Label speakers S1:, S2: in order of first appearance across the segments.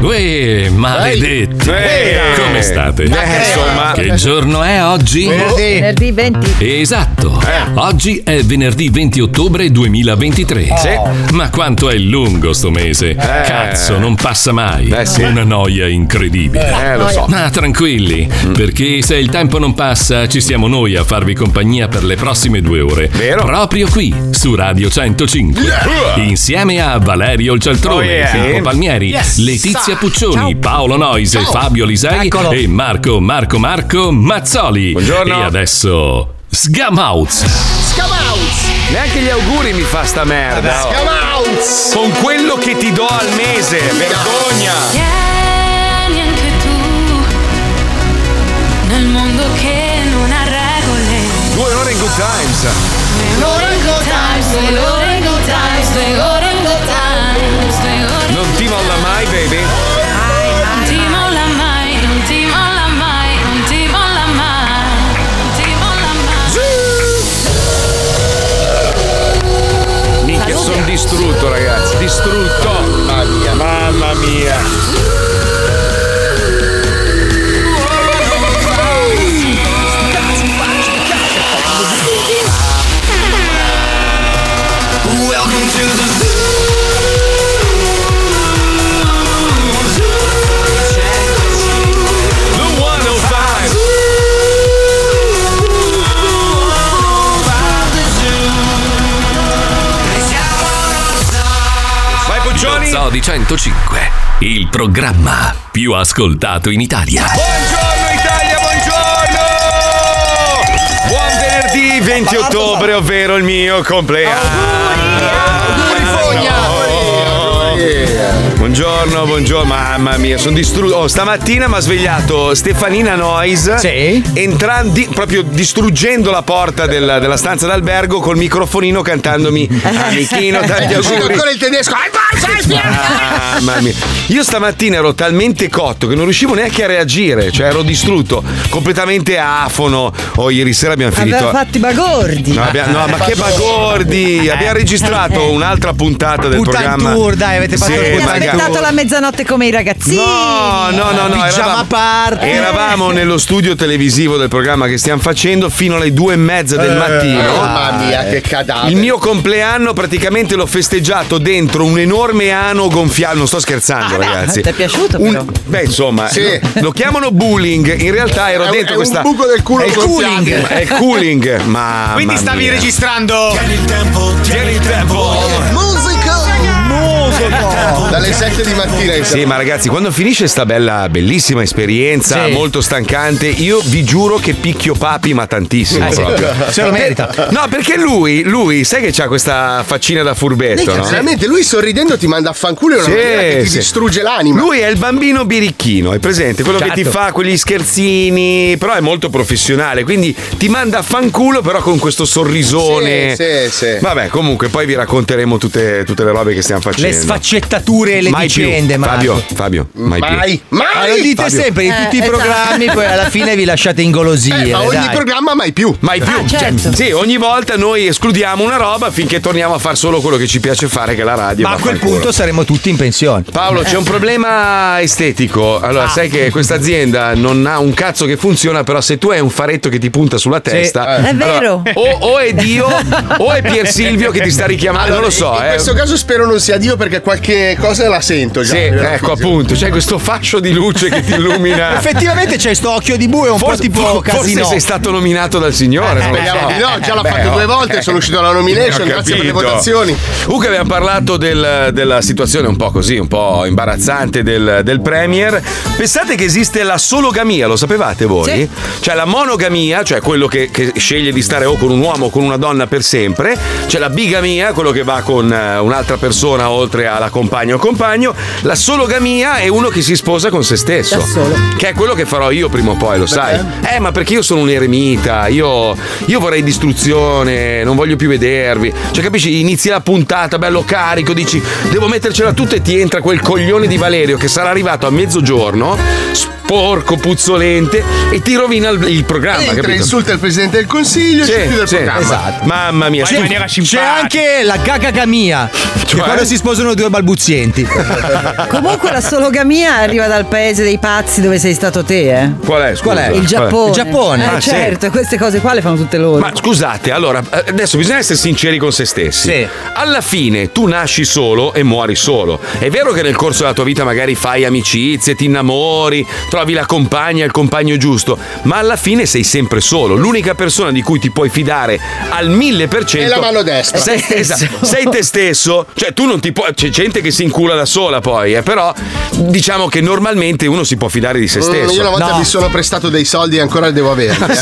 S1: Uè, maledetti!
S2: Uè.
S1: Come state?
S2: Ma che- Eh insomma-
S1: Che giorno è oggi?
S3: Venerdì 20.
S1: Esatto, oggi è venerdì 20 ottobre 2023.
S2: Ah. Sì. Eh.
S1: Ma quanto è lungo sto mese? Cazzo, non passa mai.
S2: sì.
S1: Una noia incredibile.
S2: Eh, lo so. Mm.
S1: Ma tranquilli, perché se il tempo non passa, ci siamo noi a farvi compagnia per le prossime due ore.
S2: Vero.
S1: Proprio qui, su Radio 105. Insieme a Valerio il Cialtrone,
S2: Oh, yeah.
S1: Filippo Palmieri,
S4: Yes.
S1: Letizia Puccioni,
S4: Ciao.
S1: Paolo Noise,
S4: Ciao.
S1: Fabio Lisei
S4: Eccolo.
S1: e Marco Marco Marco Mazzoli.
S2: Buongiorno.
S1: E adesso Sgamouts.
S4: Scamauz!
S2: Neanche gli auguri mi fa sta merda. oh.
S4: Scamauz!
S2: Con quello che ti do al mese, vergogna.
S5: Vieni anche tu nel mondo che non ha regole.
S2: Due ore in good times.
S4: Lorenzo
S5: Times, the Orengo Times, the Orengo Times, the Orengo
S2: Non ti molla mai, baby.
S5: Non ti molla mai, non ti molla mai, non ti molla mai, non ti molla mai.
S2: Minchia, sono distrutto, ragazzi. Distrutto. Mamma mia. The 105. Vai, Puccioni.
S1: Zoo di 105, il programma più ascoltato in Italia.
S2: Oh, Buongiorno Italia, buongiorno! Buon venerdì 20 ottobre, ovvero il mio compleanno. Buongiorno, buongiorno, mamma mia, sono distrutto. Oh, stamattina mi ha svegliato Stefanina Nois.
S4: Sì.
S2: Entrando, proprio distruggendo la porta della, della stanza d'albergo col microfonino cantandomi
S6: Ah,
S2: Amichino, tanti auguri.
S4: Ancora il tedesco. Ai, vai, vai, vai.
S2: Mamma mia. Io stamattina ero talmente cotto che non riuscivo neanche a reagire, cioè ero distrutto, completamente afono. Oh, ieri sera abbiamo finito.
S7: Aveva fatti bagordi.
S2: No, abbia- no, ma che bagordi! Abbiamo registrato un'altra puntata del
S6: Eh. Puntata in
S2: programma.
S6: tour, dai, avete fatto
S2: Sì,
S6: la
S7: Avete
S6: puntata in
S2: magari.
S7: aspettato la mezzanotte come i ragazzini.
S2: No, no, no, no.
S6: Pigiama
S2: eravamo-
S6: party.
S2: Eravamo nello studio televisivo del programma che stiamo facendo fino alle due e mezza del mattino.
S6: Eh, Mamma
S7: Eh,
S6: mia, che cadavere.
S2: Il mio compleanno praticamente l'ho festeggiato dentro un enorme ano gonfiato. Non sto scherzando,
S7: Ah, beh,
S2: ragazzi.
S7: ti è piaciuto, però.
S2: Beh, insomma,
S6: Sì.
S2: lo chiamano bullying. In realtà ero
S6: È un-
S2: dentro
S6: è un
S2: questa.
S6: buco del culo
S2: è
S6: gonfiato.
S2: cooling. È cooling. Ah, Mamma
S4: Quindi stavi
S2: mia.
S4: registrando.
S2: Tieni il tempo.
S6: Musica! Dalle 7 di mattina.
S2: Sì, ma ragazzi, quando finisce sta bella, bellissima esperienza,
S6: Sì.
S2: molto stancante, io vi giuro che picchio papi, ma
S8: Eh,
S2: tantissimo proprio.
S6: Se lo merita.
S2: No, perché lui, lui, sai che c'ha questa faccina da furbetto,
S6: Minchia,
S2: no?
S6: veramente lui sorridendo ti manda a fanculo in una
S2: Sì,
S6: maniera che ti
S2: sì.
S6: distrugge l'anima. Certo.
S2: Lui è il bambino birichino, è presente? Quello che
S8: Certo.
S2: ti fa quegli scherzini, però è molto professionale, quindi ti manda a fanculo però con questo
S9: Eh,
S2: sorrisone.
S6: Eh, Sì, sì, sì.
S2: Vabbè, comunque poi vi racconteremo tutte, tutte le robe che stiamo facendo.
S8: le sfaccettature e le
S2: mai
S8: vicende,
S2: più.
S8: ma
S2: Fabio, Fabio, mai, più.
S6: mai,
S8: lo
S6: mai.
S8: dite
S2: Fabio.
S8: sempre in tutti
S7: Eh,
S8: i programmi, poi alla fine vi lasciate ingolosire.
S6: Eh, ma ogni
S8: dai.
S6: programma mai più. cioè,
S2: Mai più. Cioè,
S7: Ah, certo.
S2: Sì, ogni volta noi escludiamo una roba finché torniamo a fare solo quello che ci piace fare, che è la radio.
S8: ma a quel
S2: vaffanculo.
S8: punto saremo tutti in pensione.
S2: Paolo, c'è
S6: Eh.
S2: un problema estetico.
S8: Ah.
S2: Allora, sai che questa azienda non ha un cazzo che funziona, però se tu hai un faretto che ti punta sulla testa,
S8: Eh.
S7: È
S2: allora,
S7: vero.
S2: o, o è Dio o è Pier Silvio che ti sta richiamando, non lo so.
S6: In
S2: eh.
S6: questo caso spero non sia Dio perché qualche cosa la sento già.
S2: Sì, ecco appunto, c'è questo fascio di luce che ti illumina.
S8: Effettivamente c'è sto occhio di bue un
S2: Forse,
S8: po' tipo
S2: forse
S8: casino. Eh,
S2: sei stato nominato dal Signore. non lo
S6: Speriamo
S2: so.
S6: di no, già l'ha
S2: Beh,
S6: fatto
S2: oh.
S6: due volte, sono uscito dalla
S2: Ho
S6: nomination, grazie per le
S2: capito.
S6: votazioni.
S2: Comunque Uh, abbiamo parlato del- della situazione un po' così, un po' imbarazzante del, del Premier. Pensate che esiste la sologamia, lo sapevate voi?
S7: Sì.
S2: Cioè la monogamia, cioè quello che, che sceglie di stare o con un uomo o con una donna per sempre. C'è la bigamia, quello che va con eh, un'altra persona oltre alla compagna o compagno. La sologamia è uno che si sposa con se stesso. Che è quello che farò io prima o poi, lo sai. Eh, ma perché io sono un eremita, io, io vorrei distruzione, non voglio più vedervi. Cioè, capisci? Inizi la puntata, bello carico, dici devo mettercela tutta e ti entra quel coglione di Valerio che sarà arrivato a mezzogiorno. s- porco, puzzolente e ti rovina il, il programma.
S6: Entra,
S2: capito?
S6: insulta il presidente del consiglio e ci chiude il programma.
S2: esatto. Mamma mia,
S9: C'è,
S2: stufi-
S9: c'è anche la gagagamia. Che
S2: Cioè?
S9: quando si sposano due balbuzienti.
S10: Comunque la sologamia arriva dal paese dei pazzi dove sei stato te, eh?
S2: Qual è? scusa?
S9: Qual è?
S10: Il Giappone.
S9: Il Giappone.
S10: Eh,
S2: Ah, sì.
S10: certo, queste cose qua le fanno tutte loro.
S2: Ma scusate, allora, eh, adesso bisogna essere sinceri con se stessi.
S9: Sì.
S2: Alla fine tu nasci solo e muori solo. È vero che nel corso della tua vita magari fai amicizie, ti innamori, trovi la compagna, il compagno giusto, ma alla fine sei sempre solo. L'unica persona di cui ti puoi fidare al 1000%
S6: È la mano destra.
S2: Sei,
S10: È te stesso.
S2: esatto, sei te stesso. Cioè tu non ti puoi c'è gente che si incula da sola poi, eh, però diciamo che normalmente uno si può fidare di se
S6: Mm, io una
S2: stesso.
S6: volta
S9: No.
S6: mi sono prestato dei soldi e ancora li devo averli.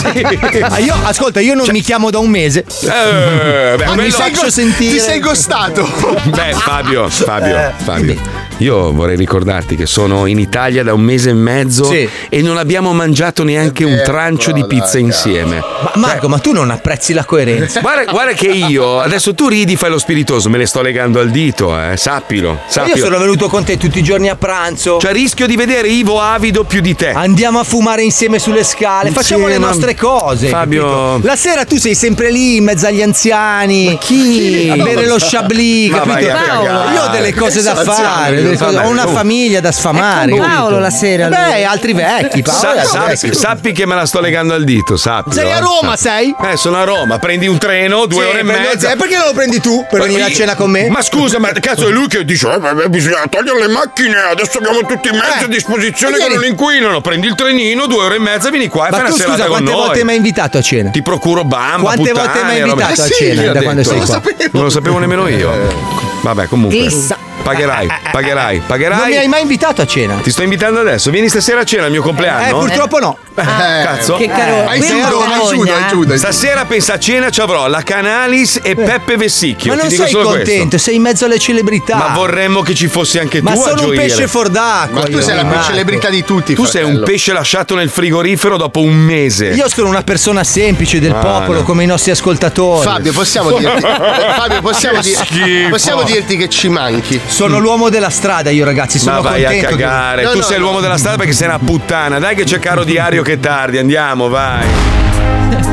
S6: eh.
S9: Ah, io, ascolta, io non mi chiamo da un mese.
S2: Eh, beh,
S9: Non mi
S2: quello-
S9: faccio
S6: go-
S9: sentire.
S6: Ti sei gostato.
S2: Beh, Fabio, Fabio,
S9: Eh.
S2: Fabio. Io vorrei ricordarti che sono in Italia da un mese e mezzo
S9: Sì. Eh,
S2: e non abbiamo mangiato neanche un
S6: vero,
S2: trancio di
S6: dai,
S2: pizza
S6: cavolo.
S2: insieme.
S9: Ma Marco, ma tu non apprezzi la coerenza.
S2: Guarda, guarda che io, adesso tu ridi, fai lo spiritoso, me le sto legando al dito, eh, sappilo,
S9: Ma Io
S2: sappilo.
S9: sono venuto con te tutti i giorni a pranzo.
S2: Cioè rischio di vedere Ivo avido più di te.
S9: Andiamo a fumare insieme sulle scale, facciamo
S2: Sì,
S9: le
S2: ma-
S9: nostre cose.
S2: Fabio-
S9: capito? La sera tu sei sempre lì in mezzo agli anziani. chi? A bere lo chablis,
S2: Ma vai
S9: capito?
S2: a cagare.
S9: Io ho delle cose da
S6: Sono
S9: fare,
S6: anziani,
S9: delle cose-
S2: vabbè,
S9: ho una
S2: oh.
S9: famiglia da sfamare.
S10: È con
S9: capito? Eh
S10: Paolo la sera,
S9: Beh,
S10: lui.
S9: altri vecchi. Paolo
S2: Sa-
S9: è altri
S2: sappi-
S9: vecchi.
S2: sappi che me la sto legando al dito, sappi.
S9: Sei a Roma, sei?
S2: Eh, sono a Roma, prendi un treno, due
S9: Sì,
S2: ore e
S9: prendo-
S2: mezza.
S9: eh, perché non lo prendi tu per venire a cena con me?
S2: Ma scusa, ma cazzo è lui che dice "Eh, vabbè, bisogna togliere le macchine, adesso abbiamo tutti i mezzi
S9: Eh,
S2: a disposizione
S9: ma
S2: che
S9: ieri-
S2: non inquinano, prendi il trenino, due ore e mezza, vieni qua e
S9: Ma
S2: fai
S9: tu
S2: una serata
S9: scusa,
S2: con
S9: quante
S2: noi.
S9: volte mi hai invitato a cena?
S2: Ti procuro bamba,
S9: Quante
S2: puttane,
S9: volte mi hai
S2: roba-
S9: invitato
S2: Eh
S9: a
S2: sì,
S9: cena
S2: gli ho
S9: da quando
S2: detto.
S9: sei qua?
S2: Non lo sapevo. Non lo sapevo nemmeno io. Vabbè, comunque.
S10: Chissà.
S2: Pagherai,
S9: Eh,
S2: pagherai, pagherai.
S9: Non mi hai mai invitato a cena?
S2: Ti sto invitando adesso, vieni stasera a cena al mio
S9: Eh,
S2: compleanno. Eh,
S9: purtroppo no.
S4: Ah.
S2: Cazzo.
S10: Che caro.
S6: Hai
S10: quindi
S6: giudo, hai
S10: vergogna,
S6: giudo,
S10: eh.
S6: hai giudo.
S2: Stasera pensa a cena ci avrò la Canalis e Peppe Vessicchio.
S9: Eh. Ma non
S2: Ti dico
S9: sei
S2: solo questo.
S9: contento, sei in mezzo alle celebrità.
S2: Ma vorremmo che ci fossi anche
S9: Ma
S2: tu a
S9: sono un
S2: gioire.
S9: pesce fuor d'acqua.
S6: Ma tu
S9: io,
S6: sei la più
S9: Marco.
S6: celebrità di tutti.
S2: Tu sei un
S6: fratello.
S2: pesce lasciato nel frigorifero dopo un mese.
S9: Io sono una persona semplice del
S2: Ah,
S9: popolo,
S2: no.
S9: come i nostri ascoltatori.
S6: Fabio, possiamo dirti, Fabio, possiamo,
S2: Che
S6: di-
S2: schifo. Mm.
S6: possiamo dirti che ci manchi.
S9: Sono l'uomo della strada, io ragazzi,
S2: Ma
S9: sono
S2: vai a
S9: contento. che-
S2: cagare.
S6: No,
S2: tu
S6: no,
S2: sei
S6: no.
S2: l'uomo della strada perché sei una puttana. Dai che c'è caro diario che è tardi. Andiamo, vai.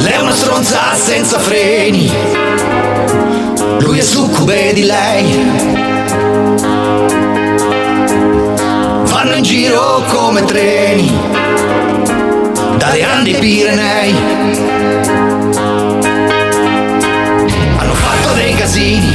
S4: Lei è una stronza senza freni. Lui è succube di lei. Vanno in giro come treni. Dalle Andi ai Pirenei. Hanno fatto dei casini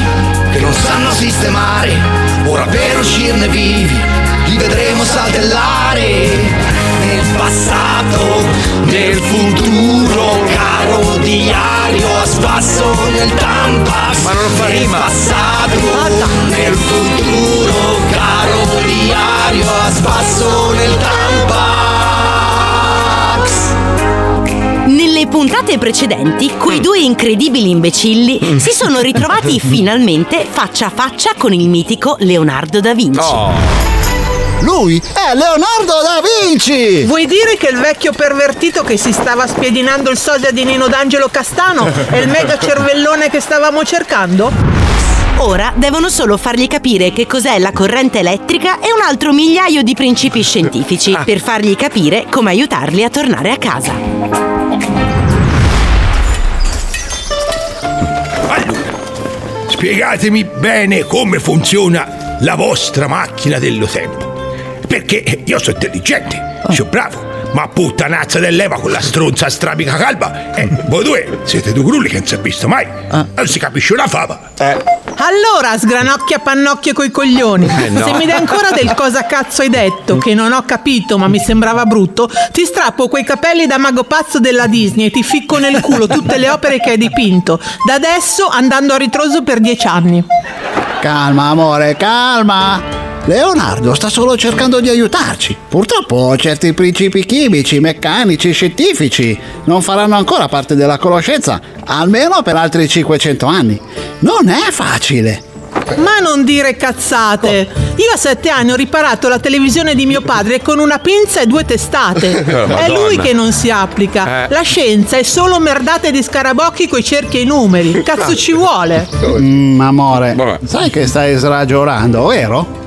S4: che non sanno sistemare. Ora per uscirne vivi li vedremo saltellare. Nel passato, nel futuro, caro diario, a spasso nel tampas.
S2: Ma non fa
S4: Nel
S2: rima.
S4: passato, nel futuro, caro diario, a spasso nel tampas.
S11: Nelle puntate precedenti, quei due incredibili imbecilli si sono ritrovati finalmente faccia a faccia con il mitico Leonardo da Vinci.
S2: Oh.
S4: Lui è Leonardo da Vinci!
S12: Vuoi dire che il vecchio pervertito che si stava spiedinando il sosia di Nino D'Angelo Castano è il mega cervellone che stavamo cercando?
S11: Ora devono solo fargli capire che cos'è la corrente elettrica e un altro migliaio di principi scientifici per fargli capire come aiutarli a tornare a casa.
S4: Spiegatemi bene come funziona la vostra macchina dello tempo. Perché io sono intelligente, sono bravo, ma puttanazza dell'Eva con la stronza strabica calva. Eh, voi due siete due grulli che non si è visto mai. Non si capisce una fava.
S9: Eh.
S12: Allora, sgranocchia pannocchie coi coglioni.
S4: Eh,
S2: no.
S12: Se mi dai ancora del cosa cazzo hai detto, che non ho capito ma mi sembrava brutto, ti strappo quei capelli da mago pazzo della Disney e ti ficco nel culo tutte le opere che hai dipinto. Da adesso andando a ritroso per dieci anni.
S4: Calma, amore, calma. Leonardo sta solo cercando di aiutarci. Purtroppo certi principi chimici, meccanici, scientifici non faranno ancora parte della conoscenza, almeno per altri 500 anni. Non è facile.
S12: Ma non dire cazzate! Io a sette anni ho riparato la televisione di mio padre con una pinza e due testate. È
S2: Eh, Madonna.
S12: lui che non si applica.
S2: Eh.
S12: La scienza è solo merdate di scarabocchi coi cerchi e i numeri. Cazzo ci vuole!
S4: Mm, amore,
S2: Vabbè.
S4: sai che stai sragionando, vero?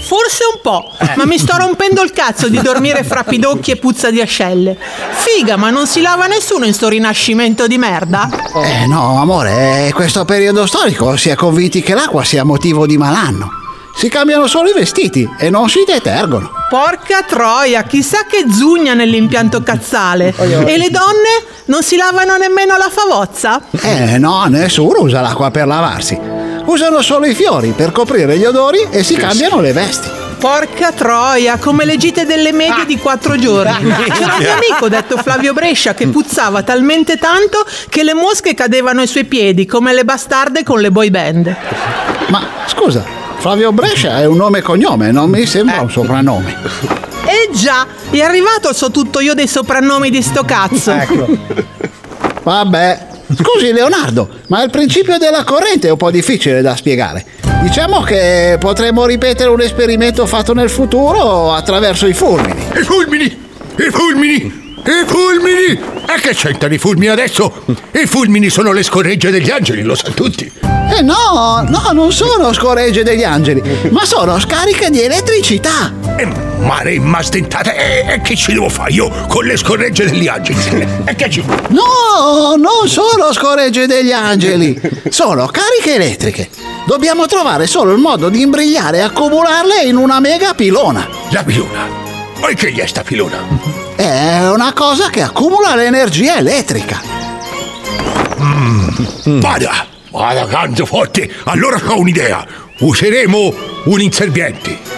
S12: Forse un po',
S2: Eh.
S12: ma mi sto rompendo il cazzo di dormire fra pidocchi e puzza di ascelle. Figa, ma non si lava nessuno in sto rinascimento di merda?
S2: Oh.
S3: Eh no, amore, eh, questo periodo storico si è convinti che l'acqua sia motivo di malanno. Si cambiano solo i vestiti e non si detergono.
S12: Porca troia, chissà che zugna nell'impianto cazzale. E le donne non si lavano nemmeno la favozza?
S3: Eh no, nessuno usa l'acqua per lavarsi. Usano solo i fiori per coprire gli odori e si cambiano le vesti.
S12: Porca troia, come le gite delle medie di quattro giorni. C'era un mio amico detto Flavio Brescia che puzzava talmente tanto che le mosche cadevano ai suoi piedi come le bastarde con le boy band.
S3: Ma Scusa, Flavio Brescia è un nome e cognome, non mi sembra un soprannome.
S12: Eh già, è arrivato il so tutto io dei soprannomi di sto cazzo.
S3: Vabbè. Scusi Leonardo, ma il principio della corrente è un po' difficile da spiegare. Diciamo che potremmo ripetere un esperimento fatto nel futuro attraverso i fulmini.
S13: I fulmini! I fulmini! I fulmini! E che c'entrano i fulmini adesso? I fulmini sono le scorregge degli angeli, lo sanno tutti.
S3: Eh no, no, non sono scoregge degli angeli, ma sono scariche di elettricità.
S13: Mare ma stentate, e, e che ci devo fare io con le scorregge degli angeli? E che ci...
S3: No, non sono scoregge degli angeli, sono cariche elettriche. Dobbiamo trovare solo il modo di imbrigliare e accumularle in una mega pilona.
S13: La pilona? Poi che gli è sta pilona?
S3: È una cosa che accumula l'energia elettrica.
S13: Vada! Vada, canto forte! Allora ho un'idea! Useremo un inserviente!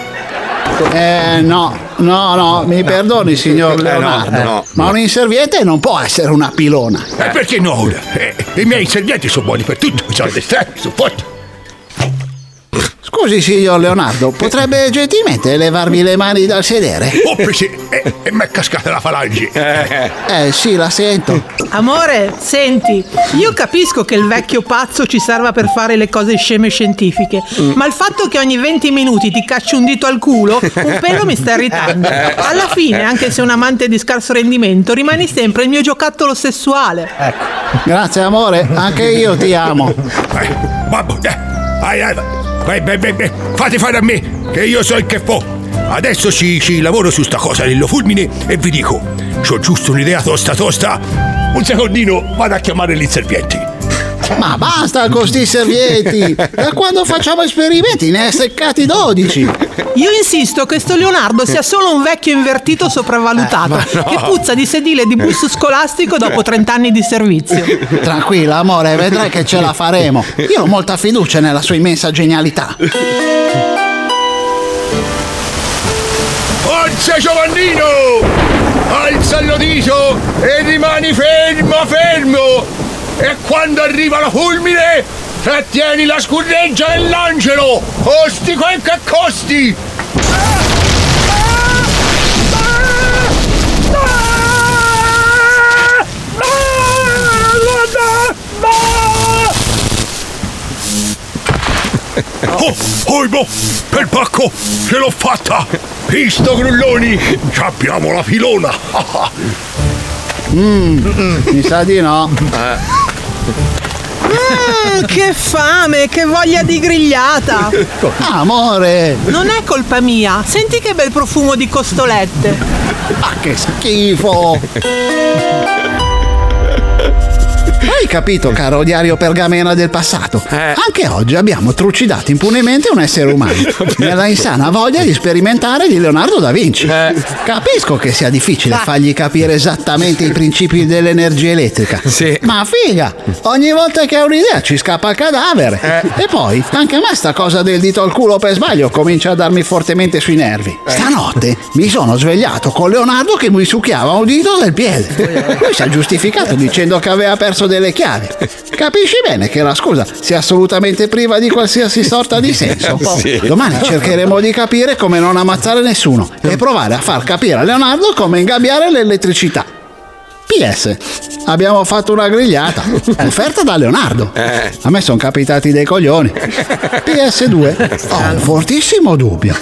S3: Eh no, no, no, mi perdoni signor Leonardo,
S13: Eh, no.
S3: ma un inserviente non può essere una pilona.
S13: E perché no? ora? Eh, I miei inservienti sono buoni per tutto, sono destretti, sono forti!
S3: Scusi signor Leonardo, potrebbe gentilmente levarmi le mani dal sedere?
S13: Oh, presi- e, e mi è cascata la falange!
S3: Eh sì, la sento.
S12: Amore, senti, io capisco che il vecchio pazzo ci serva per fare le cose sceme scientifiche,
S4: Mm.
S12: ma il fatto che ogni 20 minuti ti cacci un dito al culo, un pelo mi sta irritando.
S3: Eh.
S12: Alla fine, anche se un amante di scarso rendimento, rimani sempre il mio giocattolo sessuale.
S3: Grazie amore, anche io ti amo.
S13: Babbo, dai, vai, vai, vai, vai, vai, vai, fate fare a me, che io so il che fo. Adesso ci, ci lavoro su sta cosa dello fulmine e vi dico, c'ho giusto un'idea tosta tosta. Un secondino, vado a chiamare gli inservienti.
S3: Ma basta con sti servietti! Da quando facciamo esperimenti ne hai seccati 12!
S12: Io insisto che sto Leonardo sia solo un vecchio invertito sopravvalutato
S3: Eh, ma no.
S12: che puzza di sedile e di bus scolastico dopo 30 anni di servizio.
S3: Tranquilla, amore, vedrai che ce la faremo. Io ho molta fiducia nella sua immensa genialità.
S13: Forza Giovannino! Alza il dito e rimani fermo, fermo! E quando arriva la fulmine, trattieni la scurreggia dell'angelo! Costi quel che costi! Oh, oh, boh, per pacco, ce l'ho fatta! Visto, grulloni, ci abbiamo la filona!
S3: Mm, mi sa di no.
S12: Mm, che fame, che voglia di grigliata!
S3: Ah, Amore!
S12: Non è colpa mia, senti che bel profumo di costolette!
S3: Ma che schifo! Hai capito, caro diario pergamena del passato? Anche oggi abbiamo trucidato impunemente un essere umano nella insana voglia di sperimentare di Leonardo da Vinci. Capisco che sia difficile fargli capire esattamente i principi dell'energia elettrica. Ma figa, ogni volta che ha un'idea ci scappa il cadavere. E poi, anche a me sta cosa del dito al culo per sbaglio comincia a darmi fortemente sui nervi. Stanotte mi sono svegliato con Leonardo che mi succhiava un dito del piede. Lui si è giustificato dicendo che aveva perso delle chiavi. Capisci bene che la scusa sia assolutamente priva di qualsiasi sorta di senso.
S2: Sì.
S3: Domani cercheremo di capire come non ammazzare nessuno e provare a far capire a Leonardo come ingabbiare l'elettricità. PS, abbiamo fatto una grigliata offerta da Leonardo.
S2: Eh.
S3: A me sono capitati dei coglioni.
S2: Eh.
S3: PS2, ho un fortissimo dubbio.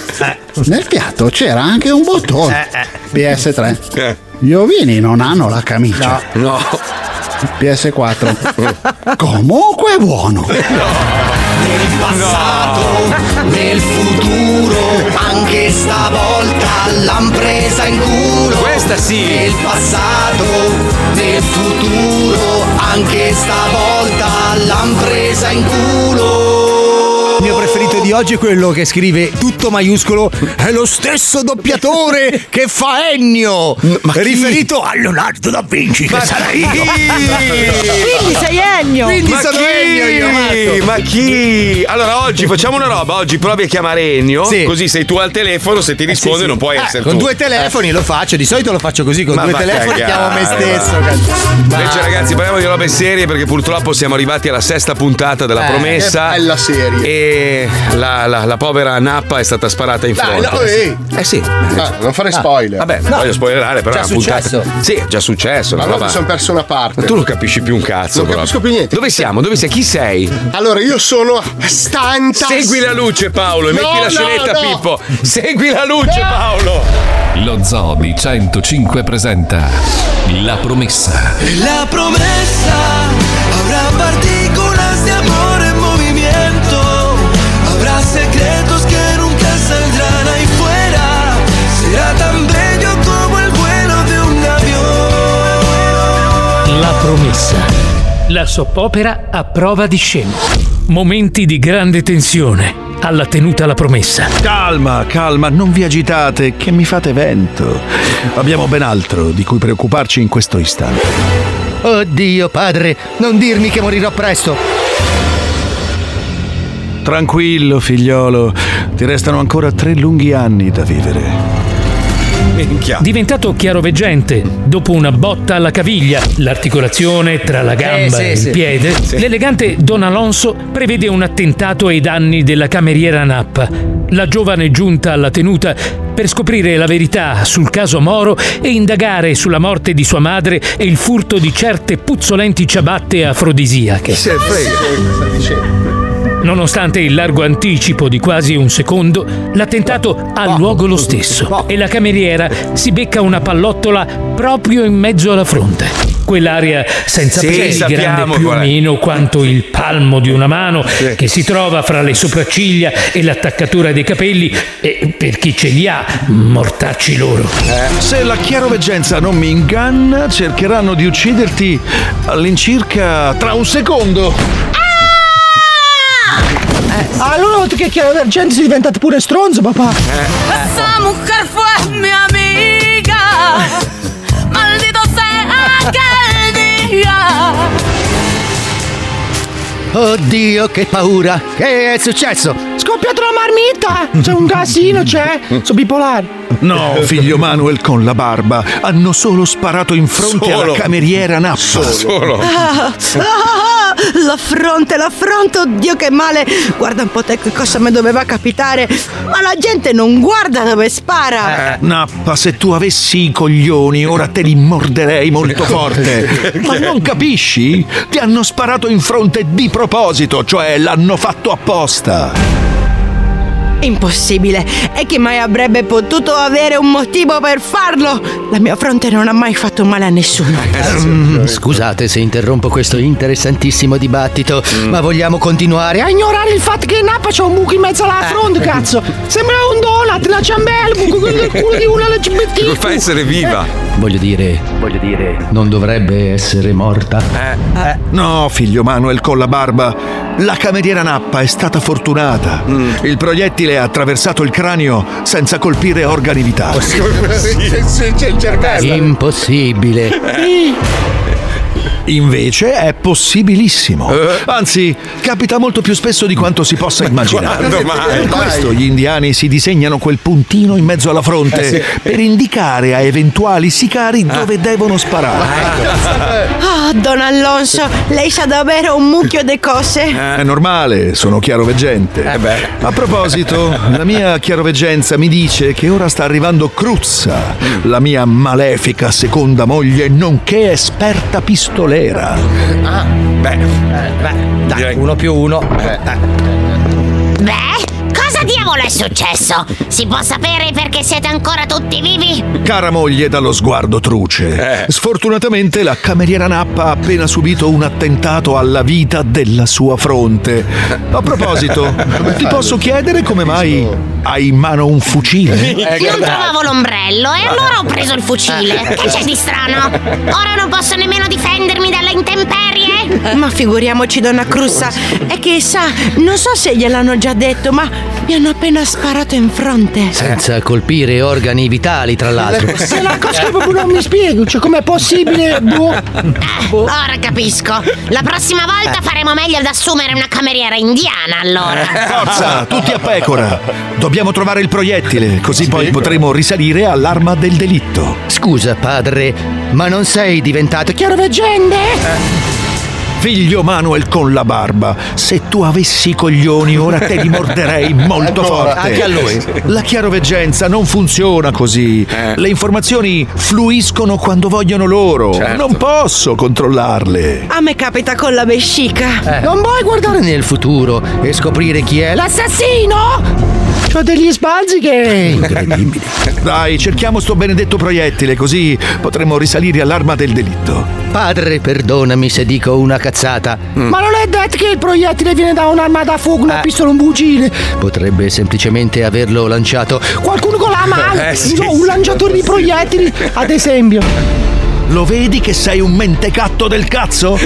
S3: Nel piatto c'era anche un bottone.
S2: Eh,
S3: PS3, gli ovini non hanno la camicia.
S2: No.
S3: PS4, comunque buono.
S4: Nel passato, nel futuro, Anche stavolta l'han presa in culo. Questa sì. Nel passato, nel futuro. Anche stavolta l'han presa in culo.
S8: Il mio preferito di oggi è quello che scrive tutto maiuscolo è lo stesso doppiatore che fa Ennio riferito a Leonardo da Vinci che sarà io
S7: Quindi sei Ennio.
S8: Quindi
S2: Ma
S8: sono
S2: chi?
S8: Ennio io Marco.
S2: Ma chi? Allora oggi facciamo una roba, oggi provi a chiamare Ennio,
S8: Sì.
S2: così sei tu al telefono, se ti risponde non puoi
S8: Eh,
S2: essere
S8: con
S2: tu.
S8: due telefoni lo faccio di solito lo faccio così con
S2: Ma
S8: due
S2: va a
S8: telefoni chiamo
S2: cagare,
S8: me stesso
S2: va.
S8: cazzo.
S6: Ah.
S2: Invece ragazzi parliamo di robe serie perché purtroppo siamo arrivati alla sesta puntata della
S6: Eh,
S2: promessa
S6: che bella serie.
S2: e la, la- la povera Nappa è stata sparata in
S6: Dai,
S2: fronte.
S6: no, eh.
S2: Eh sì.
S6: Ah, non fare spoiler.
S2: Vabbè, non voglio spoilerare però
S6: Già
S2: è una puntata-
S6: successo.
S2: Sì, è già successo.
S6: Ma no,
S2: una roba-
S6: mi sono perso una
S2: Ma
S6: parte.
S2: tu non capisci più un cazzo.
S6: Non
S2: proprio.
S6: capisco più niente.
S2: Dove siamo? Dove sei? Chi sei?
S6: Allora, io sono stanta.
S2: Segui la luce Paolo e
S6: No,
S2: metti la
S6: no,
S2: scenetta
S6: no.
S2: Pippo. Segui la luce
S6: No.
S2: Paolo.
S1: Lo Zoo di 105 presenta La promessa.
S4: La promesa habrá partículas de amor en movimiento, habrá secretos que nunca saldrán ahí fuera, será tan bello como el vuelo de un avión.
S14: La promessa. La soppopera a prova di scena. Momenti di grande tensione. Alla tenuta la promessa.
S15: Calma, calma, non vi agitate, che mi fate vento. Abbiamo ben altro di cui preoccuparci in questo istante.
S16: Oddio, padre, non dirmi che morirò presto.
S15: Tranquillo, figliolo, ti restano ancora tre lunghi anni da vivere.
S14: Diventato chiaroveggente, dopo una botta alla caviglia, l'articolazione tra la gamba
S15: Eh, sì,
S14: e il
S15: sì.
S14: piede, l'elegante Don Alonso prevede un attentato ai danni della cameriera Nappa. La giovane giunta alla tenuta per scoprire la verità sul caso Moro e indagare sulla morte di sua madre e il furto di certe puzzolenti ciabatte afrodisiache. Nonostante il largo anticipo di quasi un secondo, l'attentato ha luogo lo stesso e la cameriera si becca una pallottola proprio in mezzo alla fronte. Quell'area senza
S2: Sì,
S14: peli, grande
S2: sappiamo
S14: più o
S2: qual è.
S14: meno quanto il palmo di una mano, che si trova fra le sopracciglia e l'attaccatura dei capelli, e per chi ce li ha, mortacci loro.
S2: Eh.
S15: Se la chiaroveggenza non mi inganna, cercheranno di ucciderti all'incirca tra un secondo.
S17: Ah, Allora che chiarovergente sei diventato pure stronzo, papà.
S16: Eh.
S5: Esa mujer fue mi amiga. Maldito sea aquel día.
S16: Oddio, che paura. Che è successo?
S17: Scoppiato la marmitta! eh, C'è un casino, c'è! Sono bipolare!
S15: No, figlio Manuel con la barba, hanno solo sparato in fronte alla
S16: Solo.
S15: cameriera Nappa.
S16: Ah,
S7: Ah, l'affronte, l'affronte, oddio che male! Guarda un po' te che cosa mi doveva capitare! Ma la gente non guarda dove
S15: Eh.
S7: spara!
S15: Nappa, se tu avessi i coglioni, ora te li morderei molto forte.
S16: Perché?
S15: Ma non capisci? Ti hanno sparato in fronte di proposito, cioè l'hanno fatto apposta.
S7: Impossibile! E chi mai avrebbe potuto avere un motivo per farlo? La mia fronte non ha mai fatto male a nessuno.
S9: Eh.
S2: Eh,
S16: Mm, Scusate se interrompo questo interessantissimo dibattito,
S2: Mm.
S16: ma vogliamo continuare?
S17: E a
S16: Ah,
S17: ignorare il fatto che Nappa c'ha un buco in mezzo
S2: Eh.
S17: alla fronte, cazzo! Sembra un donut, la ciambella, il buco del culo di una LGBT!
S2: Come fa a essere viva?
S16: Eh. Voglio dire, voglio dire, non dovrebbe essere morta.
S2: Eh,
S15: No, figlio Manuel con la barba. La cameriera Nappa è stata fortunata.
S2: Mm.
S15: Il proiettile ha attraversato il cranio senza colpire organi vitali.
S6: Sì, sì, c'è il cervello.
S16: Impossibile.
S15: Eh. Invece è possibilissimo.
S2: Eh.
S15: Anzi, capita molto più spesso di quanto si possa immaginare.
S2: quando mai?
S15: Per questo gli indiani si disegnano quel puntino in mezzo alla fronte
S2: Eh, sì. Ah.
S15: per indicare a eventuali sicari dove devono
S17: Eh.
S2: Ecco.
S15: sparare.
S7: Ah, Don Alonso, lei sa davvero un mucchio di cose?
S15: È normale, sono chiaroveggente. A proposito, la mia chiaroveggenza mi dice che ora sta arrivando Cruzza, la mia malefica seconda moglie, nonché esperta pistolera.
S16: Ah, beh, Eh,
S2: Eh.
S16: beh, dai, uno più uno.
S18: Beh, cosa diavolo?
S19: cavolo è successo? Si può sapere perché siete ancora tutti vivi?
S15: Cara moglie dallo sguardo truce, sfortunatamente la cameriera Nappa ha appena subito un attentato alla vita della sua fronte. A proposito,
S13: Come
S15: ti
S13: fa
S15: posso chiedere come mai hai in mano un
S16: Eh,
S5: Eh,
S15: fucile?
S19: non trovavo l'ombrello e allora ho preso il
S16: Eh.
S19: fucile. Che c'è di strano? Ora non posso nemmeno difendermi dalle intemperie?
S7: Ma figuriamoci, donna Crussa, è che sa, non so se gliel'hanno già detto, ma mi hanno appena sparato in fronte.
S9: Eh.
S16: Senza colpire organi vitali, tra l'altro.
S17: Se è una cosa che proprio non mi spiego, cioè com'è possibile? Boh.
S19: Ora capisco. La prossima
S16: Eh.
S19: volta faremo meglio ad assumere una cameriera indiana, allora.
S16: Eh.
S15: Forza, tutti a pecora! Dobbiamo trovare il proiettile, così poi potremo risalire all'arma del delitto.
S16: Scusa, padre, ma non sei diventato chiaroveggente?
S15: Figlio Manuel con la barba, se tu avessi i coglioni ora te li morderei molto
S13: Ancora.
S15: forte.
S13: Anche a lui. Eh.
S15: La chiaroveggenza non funziona così. Le informazioni fluiscono quando vogliono loro.
S13: Certo.
S15: Non posso controllarle.
S7: A me capita con la vescica.
S16: Non vuoi guardare nel futuro e scoprire chi è
S17: L'assassino! C'ho degli sbalzi che.
S15: Incredibile. Dai, cerchiamo sto benedetto proiettile, così potremo risalire all'arma del delitto.
S16: Padre, perdonami se dico una cazzata.
S17: Ma non è detto che il proiettile viene da un'arma da fuoco,
S2: Eh.
S17: una pistola, un fucile.
S16: Potrebbe semplicemente averlo lanciato.
S17: Qualcuno con la mano,
S16: Eh, sì,
S17: Ah, no,
S16: sì,
S17: un lanciatore di proiettili, ad esempio.
S15: Lo vedi che sei un mentecatto del cazzo?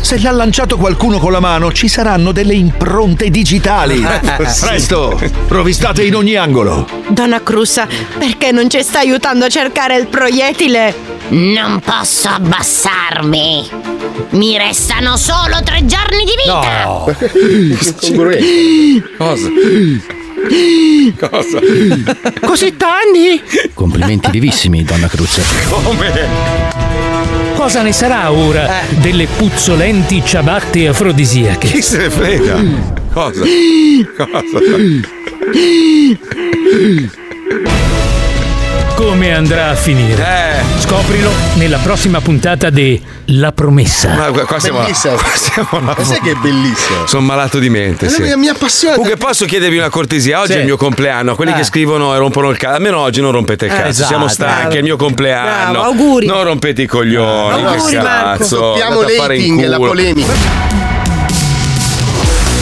S15: Se l'ha lanciato qualcuno con la mano, ci saranno delle impronte digitali.
S7: Sì.
S15: Presto, provvistate in ogni angolo.
S7: Donna Crussa, perché non ci sta aiutando a cercare il proiettile?
S19: Non posso abbassarmi. Mi restano solo tre giorni di vita.
S2: Cosa? Cosa?
S17: Così tanti?
S16: Complimenti vivissimi, donna Cruz.
S14: Cosa ne sarà ora delle puzzolenti ciabatte afrodisiache?
S2: Eh.
S14: Mm.
S2: Chi se ne frega? Cosa?
S14: Come andrà a finire?
S2: Eh.
S14: Scoprilo nella prossima puntata di La promessa.
S2: Ma qua, qua siamo,
S14: Bellissimo.
S2: qua siamo
S14: Ma sai che è
S2: bellissimo? Sono malato di mente.
S6: È
S2: Sì.
S6: la mia- mia passione.
S2: Comunque, posso chiedervi una cortesia? Oggi
S6: Sì.
S2: è il mio compleanno. Quelli
S6: Eh.
S2: che scrivono e rompono il cazzo, almeno oggi non rompete il
S6: Eh,
S2: cazzo.
S6: esatto.
S2: Siamo stanchi, è il mio compleanno.
S6: Bravo, auguri.
S2: Non rompete i coglioni.
S6: Auguri,
S2: che
S6: Marco.
S2: cazzo.
S6: Sottiamo
S2: andate a fare in
S6: l'hating e la
S2: culo.
S6: polemica.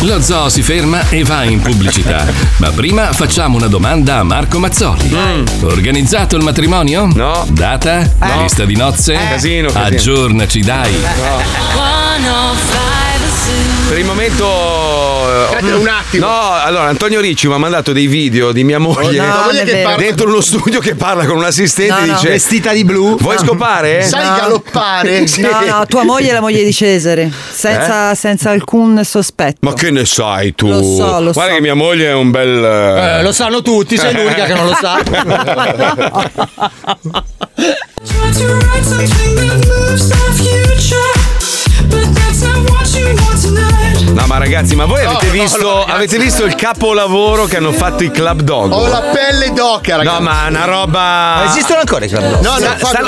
S1: Lo zoo si ferma e va in pubblicità. Ma prima facciamo una domanda a Marco Mazzoli.
S2: Mm.
S1: Organizzato il matrimonio? No. Data?
S5: No.
S1: Lista di nozze?
S2: Eh. Casino, Eh. casino.
S1: Aggiornaci, dai.
S2: Per il momento. eh,
S6: un attimo. Oh,
S2: No, allora Antonio Ricci mi ha mandato dei video di mia moglie,
S6: no, Tua moglie non è che vero. parla-
S2: dentro uno studio che parla con un assistente
S10: No,
S2: e
S10: no.
S2: dice:
S10: Vestita
S2: di blu. Vuoi
S10: No.
S2: scopare?
S10: No.
S2: Sì.
S10: No, no, tua moglie è la moglie di Cesare, senza, senza alcun sospetto.
S2: Eh? Ma che ne sai tu?
S10: Lo so, lo
S2: Guarda
S10: so.
S2: che mia moglie è un bel. eh,
S10: Eh, lo sanno tutti, sei l'unica che non lo sa.
S2: No, ma ragazzi, ma voi
S6: No,
S2: avete,
S6: no,
S2: visto,
S6: no, ragazzi.
S2: avete visto il capolavoro che hanno fatto i Club Dog?
S6: Ho la pelle d'oca, ragazzi.
S2: No, ma una roba.
S6: No, no,
S2: Sta-
S6: fatelo
S2: stanno-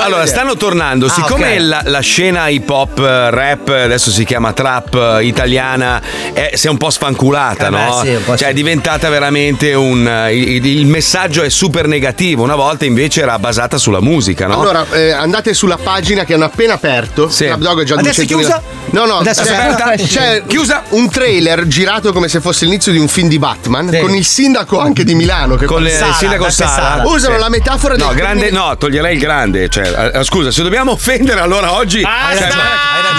S2: allora,
S6: vedere.
S2: stanno tornando.
S6: Ah,
S2: siccome
S6: ok.
S2: la, la scena hip hop eh, rap, eh, adesso si chiama trap eh, italiana, è, si è un po' sfanculata,
S16: Eh,
S2: no?
S16: beh, sì, un po'
S2: cioè, è diventata veramente un. eh, Il, il messaggio è super negativo. Una volta invece era basata sulla musica, no?
S6: Allora, eh, andate sulla pagina che hanno appena aperto. Club Dog è già
S2: Adesso è
S6: 200.000.
S2: chiusa?
S6: No, no,
S2: Adesso
S6: c'è-
S2: aperta?
S6: C'è chiusa un trailer girato come se fosse l'inizio di un film di Batman con il sindaco anche di Milano che
S2: con le- il sindaco Sala.
S6: Usano
S2: Sì.
S6: la metafora
S2: no,
S6: del
S2: grande, no, toglierei il grande. Cioè, eh, scusa, se dobbiamo offendere, allora oggi. cioè,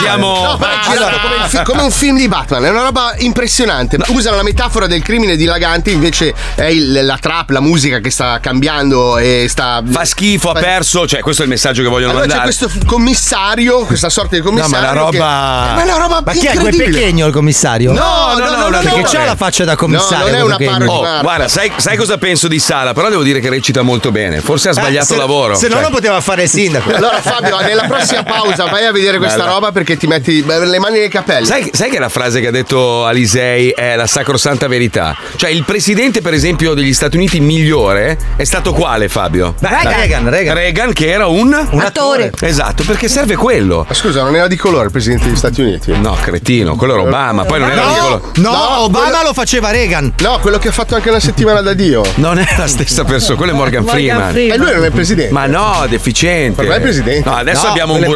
S2: diamo-
S6: No, però è girato
S2: Allora-
S6: come, il fi- come un film di Batman, è una roba impressionante. Usano la metafora del crimine dilagante, invece è il- la trap, la musica che sta cambiando e sta.
S2: Fa schifo, ha perso. Cioè, questo è il messaggio che vogliono
S6: Allora c'è
S2: mandare.
S6: questo f- commissario, questa sorta di
S2: ma
S6: commissario.
S2: la
S6: che-
S2: roba-
S6: Ma è una roba
S10: Ma chi è quel
S6: incredibile.
S10: pechegno il commissario?
S6: No, no, no, no, no,
S10: perché
S6: no,
S10: c'ha
S6: vabbè.
S10: la faccia da commissario. quello che-
S2: Oh, guarda, sai, sai cosa penso di Sala? Però devo dire che recita molto bene. Forse ha
S10: Eh,
S2: sbagliato
S10: se-
S2: lavoro.
S10: Se no
S2: Cioè-
S10: non poteva fare il sindaco.
S6: Allora, Fabio, nella prossima pausa vai a vedere questa
S2: Bella.
S6: roba perché ti metti beh, le mani nei capelli.
S2: Sai, sai che la frase che ha detto Alisei è la sacrosanta verità? Cioè, il presidente, per esempio, degli Stati Uniti migliore è stato quale, Fabio?
S6: Beh, Reagan.
S2: Dai.
S6: Reagan, Reagan.
S2: che era un,
S6: attore.
S2: Esatto, perché serve quello.
S6: Ma scusa, non era di colore il presidente degli Stati Uniti?
S2: No, cretino, quello era Obama, poi non era era anche quello.
S6: No, Obama lo faceva Reagan. No, quello che ha fatto anche la settimana da Dio.
S2: Non è la stessa persona, quello è Morgan,
S6: Morgan Freeman. E lui non è presidente.
S2: Ma no, deficiente.
S6: Per me è presidente.
S2: No, adesso
S6: No,
S2: abbiamo un
S6: quelle-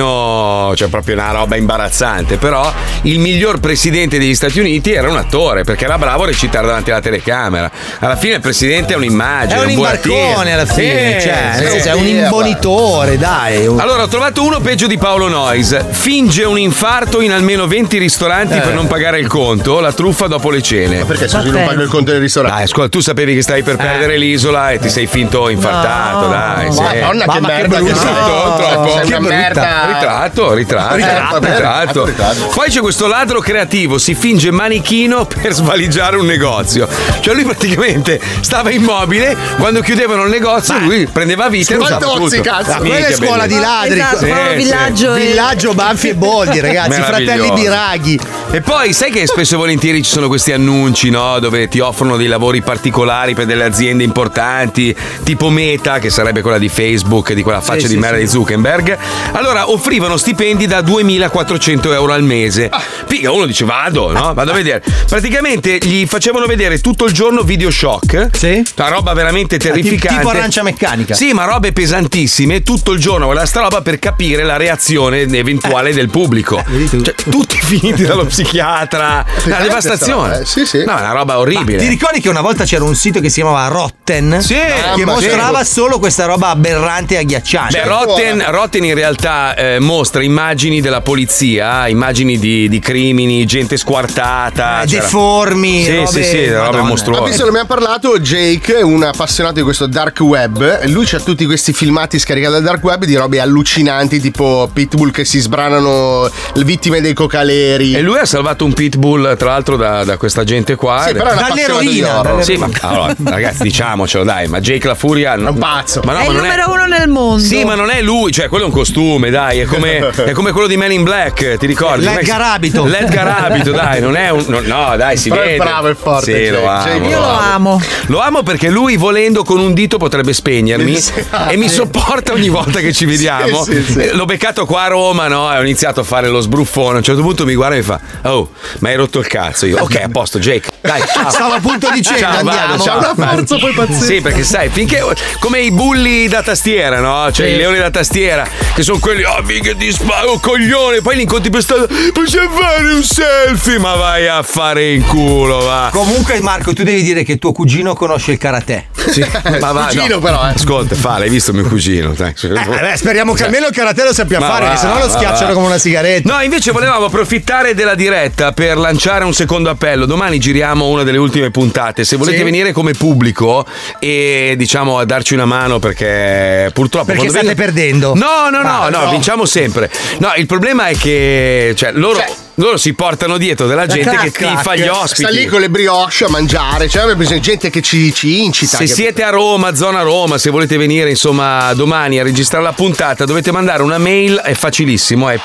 S2: burattino, cioè proprio una roba imbarazzante. Però il miglior presidente degli Stati Uniti era un attore, perché era bravo a recitare davanti alla telecamera. Alla fine il presidente è un'immagine.
S9: È un
S2: burattino.
S9: imbarcone alla fine,
S2: Sì,
S9: cioè,
S2: sì. eh,
S9: nel senso, è un imbonitore, dai. un-
S2: Allora, ho trovato uno peggio di Paolo Noyes. Finge un infarto in almeno 20 ristoranti
S9: Eh.
S2: per non pagare il conto, la truffa dopo le cene. Ma
S6: perché scusi, non pago il conto del ristorante?
S2: Dai, scusa, tu sapevi che stavi per perdere l'isola e ti sei finto infartato, dai. sì.
S6: Madonna, Eh, che
S2: Mamma,
S6: merda che
S2: brutto,
S6: sei.
S2: troppo.
S6: Sei una
S2: Che brutta.
S6: merda.
S2: Ritratto, ritratto,
S6: Eh,
S2: ritratto,
S6: vabbè,
S2: ritratto.
S6: ritratto.
S2: Poi c'è questo ladro creativo, si finge manichino per svaligiare un negozio. Cioè lui praticamente stava immobile, quando chiudevano il negozio lui prendeva vita e
S9: Scusa,
S2: usava
S9: Fantozzi,
S2: tutto.
S9: cazzo.
S2: Ah,
S9: Quella è
S2: minchia,
S9: scuola di
S2: bellissimo.
S9: ladri. Esatto,
S2: Sì,
S9: proprio
S2: sì.
S9: villaggio e- Villaggio, Banfi e Boldi, ragazzi,
S2: Meraviglioso.
S9: fratelli Biraghi.
S2: E poi sai che spesso e volentieri ci sono questi annunci, no? Dove ti offrono dei lavori particolari per delle aziende importanti, tipo Meta, che sarebbe quella di Facebook, di quella faccia
S9: Sì,
S2: di
S9: sì,
S2: merda
S9: sì.
S2: di Zuckerberg. Allora offrivano stipendi da 2400 euro al mese.
S9: Ah.
S2: Figa, uno dice vado, no? Vado a vedere. Praticamente gli facevano vedere tutto il giorno video shock. Sì. Una roba veramente terrificante.
S9: Eh, tipo arancia meccanica.
S2: Sì, ma robe pesantissime tutto il giorno guarda sta roba per capire la reazione
S9: Eh.
S2: eventuale del pubblico. Cioè, tutti finiti dallo psichiatra. La
S9: eh,
S2: devastazione.
S6: Sì, sì.
S2: No, è una roba
S9: Ma
S2: orribile.
S9: ti ricordi che una volta c'era un sito che si chiamava Rotten?
S2: Sì,
S9: che
S2: mamma,
S9: mostrava
S2: sì.
S9: solo questa roba aberrante e agghiacciante.
S2: Beh,
S9: Cioè,
S2: Rotten, Rotten in realtà eh, mostra immagini della polizia, immagini di, di crimini, gente squartata.
S9: Eh,
S2: cioè-
S9: deformi,
S2: Sì,
S9: robe-
S2: sì, sì, robe
S9: Madonna.
S6: Ma visto
S2: mostruose.
S6: che mi ha parlato Jake, un appassionato di questo dark web, lui c'ha tutti questi filmati scaricati dal dark web di robe allucinanti, tipo pitbull che si sbranano le vittime dei cocaleri.
S2: E lui ha salvato un pitbull, tra l'altro, da, da questa gente qua.
S6: Sì, però è un appassionato di horror.
S2: Sì, ma allora, ragazzi, diciamocelo, dai, ma Jake la Furia. È un
S6: pazzo.
S2: Ma no,
S10: è
S2: ma
S10: il
S2: non è-
S10: numero uno nel mondo.
S2: Sì, ma non è lui, cioè quello è un costume, dai, è come, è come quello di Man in Black, ti ricordi?
S9: L'Edgar
S2: Come si-
S9: Abito.
S2: L'Edgar Abito, dai, non è un... no, no, dai, si
S6: Però è
S2: vede.
S6: bravo e forte,
S2: Sì, lo
S13: Cioè,
S6: Jake,
S2: amo,
S6: Jake.
S10: Io lo amo.
S2: Lo amo perché lui volendo con un dito potrebbe spegnermi
S6: Sì.
S2: e mi sopporta ogni volta che ci vediamo.
S6: Sì, sì, sì.
S2: Eh, L'ho beccato qua a Roma, no? E ho iniziato a fare lo sbruffone. A un certo punto mi guarda e mi fa: Oh, ma hai rotto il cazzo. Io, ok, a posto, Jake. Dai, ciao.
S9: Stavo appunto dicendo,
S2: Ciao, vado,
S9: andiamo.
S2: ciao,
S9: Una
S2: vado.
S9: forza poi pazzesca.
S2: Sì, perché sai, finché come i bulli da tastiera, no? Cioè
S9: Sì.
S2: i leoni da tastiera, che sono quelli, oh mica ti spago, coglione, poi li incontri per strada, possiamo fare un selfie, ma vai a fare in culo, va.
S9: Comunque, Marco, tu devi dire che tuo cugino conosce il karate.
S2: Sì, ma va,
S9: Cugino,
S2: no.
S9: però, eh.
S2: Ascolta, fa, l'hai visto mio cugino? dai.
S9: beh, Eh, speriamo che almeno il karate lo sappia
S2: Cioè. Ma
S9: fare,
S2: va,
S9: che sennò lo
S2: va,
S9: schiacciano
S2: va.
S9: come una sigaretta.
S2: No, invece volevamo approfittare della diretta per lanciare un secondo appello. Domani giriamo una delle ultime puntate. Se volete
S9: Sì.
S2: venire come pubblico e diciamo a darci una mano perché purtroppo
S9: Perché
S2: quando
S9: state
S2: venite-
S9: perdendo.
S2: No, no, no,
S9: Ah,
S2: no,
S9: no.
S2: vinciamo sempre. No, il problema è che cioè, loro, loro si portano dietro della gente che ti fa gli ospiti.
S6: Sta lì con le brioche a mangiare, cioè abbiamo bisogno di gente che ci, ci incita.
S2: Se
S6: che-
S2: siete a Roma, zona Roma, se volete venire insomma domani a registrare la puntata, dovete mandare una mail, è facilissimo, è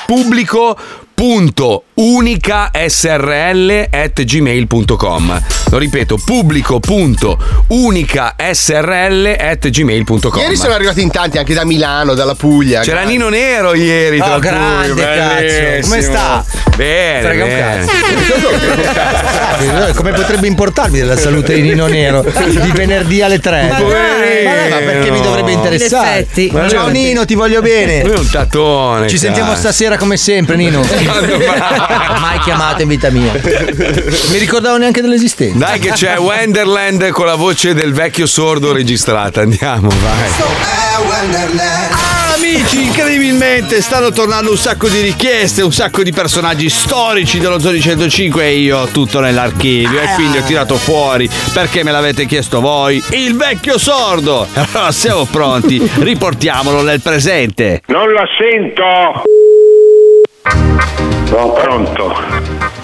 S2: pubblico.unicasrl@gmail.com. Lo ripeto, pubblico.unicasrl@gmail.com.
S6: Ieri sono arrivati in tanti anche da Milano, dalla Puglia.
S2: C'era
S6: grandi.
S2: Nino Nero ieri,
S6: Oh,
S2: tra
S6: grande,
S2: l'altro,
S6: cazzo. Come sta?
S2: Bene,
S9: Frega un
S2: bene.
S9: Eh, Come potrebbe importarmi della salute di Nino Nero di venerdì alle 3? Ma, dai, ma perché mi dovrebbe
S2: In
S9: interessare?
S2: effetti.
S9: Ciao Nino, ti voglio bene.
S2: Lui è un tattone.
S9: Ci sentiamo
S2: cazzo.
S9: stasera come sempre, Nino. Mai chiamato in vita mia. Mi ricordavo neanche dell'esistenza.
S2: Dai che c'è Wonderland con la voce del vecchio sordo registrata. Andiamo, vai.
S20: Ah, Amici, incredibilmente stanno tornando un sacco di richieste, un sacco di personaggi storici dello Zoni 105 e io ho tutto nell'archivio e quindi ho tirato fuori perché me l'avete chiesto voi, il vecchio sordo. Allora siamo pronti, riportiamolo nel presente.
S21: Non la sento! Pronto?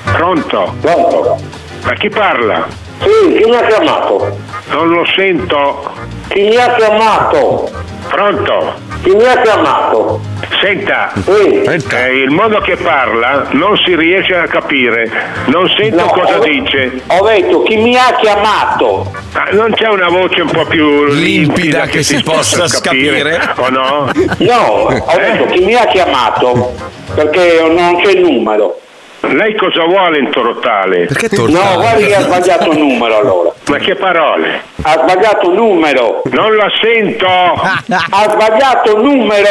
S21: Pronto? Pronto? Ma chi parla? Sì, chi mi ha chiamato? Non lo sento. Chi mi ha chiamato? Pronto? Chi mi ha chiamato? Senta, eh, il modo che parla non si riesce a capire, non sento cosa dice. Ho detto chi mi ha chiamato. non c'è una voce un po' più limpida, che, si possa capire,
S4: oh
S21: o no?
S22: No, ho detto chi mi ha chiamato perché non c'è il numero.
S21: Lei cosa vuole in Torotale? Perché
S4: Torotale?
S21: No, guardi che ha sbagliato il numero allora. Ma che parole? Ha sbagliato numero. Non la sento. ha sbagliato numero.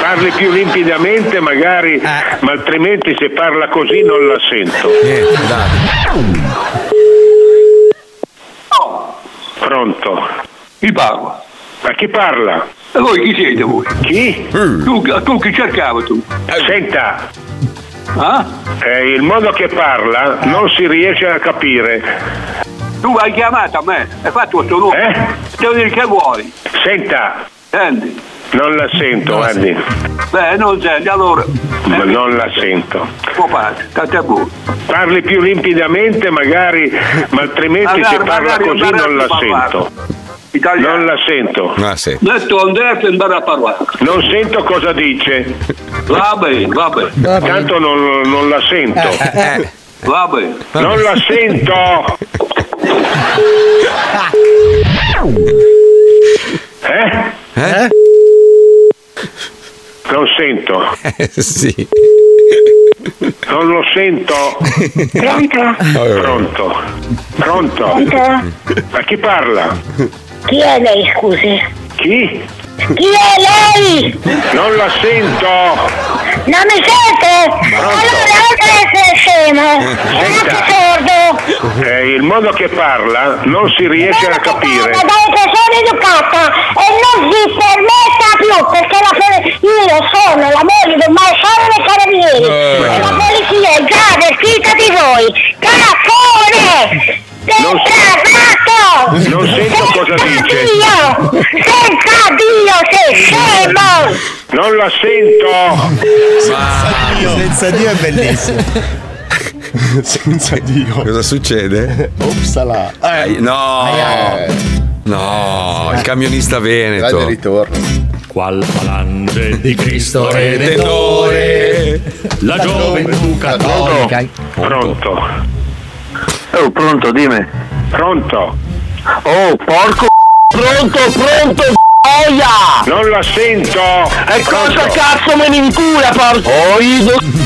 S21: Parli più limpidamente magari, ma altrimenti se parla così non la sento. Pronto? Chi parla? Ma chi parla? E voi chi siete voi? Chi?
S22: Mm.
S21: Tu, tu chi cercavi tu? Senta!
S22: Ah?
S21: Eh, il modo che parla non si riesce a capire.
S22: Tu hai chiamato a me, hai fatto questo nome. Eh? Devo dire che vuoi. Eh,
S21: Senta!
S22: Senti,
S21: Eh, Non la sento, guardi.
S22: beh, non senti, allora. eh.
S21: Ma non la sento.
S22: Tuo padre, tanto è buono.
S21: Parli più limpidamente magari, ma altrimenti
S22: Magari-
S21: se parla
S22: magari
S21: così non la
S22: imbarazzo a
S21: sento. Non la sento.
S2: Ah,
S22: Detto Andrea che andare a parlare.
S21: Non sento cosa dice.
S22: Va bene, va bene. Eh,
S21: Tanto non, non la sento.
S22: Va bene.
S21: Non la sento. Eh?
S20: Eh?
S21: Non sento.
S2: Eh,
S20: sì.
S21: Non lo sento.
S4: Pronto?
S21: Pronto. Pronto. Ma chi parla?
S4: Chi è lei, scusi?
S21: Chi?
S4: Chi è lei?
S21: Non la sento.
S4: Non mi sente? Allora, oltre a essere scemo, è anche sordo.
S21: Eh, il modo che parla non si riesce a capire.
S4: Ma dai che sono educata e non si permetta più perché la pol- io sono la moglie del maresciallo dei carabinieri
S2: Eh.
S4: e la polizia è già avvertita di voi. Caffone! Senza
S21: Non sento cosa dice.
S4: Dio! Senza Dio sei scemo!
S21: Non la sento.
S2: Senza Dio.
S6: Senza Dio è bellissimo.
S2: Senza Dio. Cosa succede?
S6: Upsala.
S2: Ai- No. No, il camionista veneto.
S6: Radio
S23: Qual falange di Cristo Redentore La gioventù cattolica
S21: Pronto. Oh, pronto, dimmi. Pronto. Oh, porco. Pronto, pronto, boia! Non la sento. E cosa cazzo me ne incula, porco?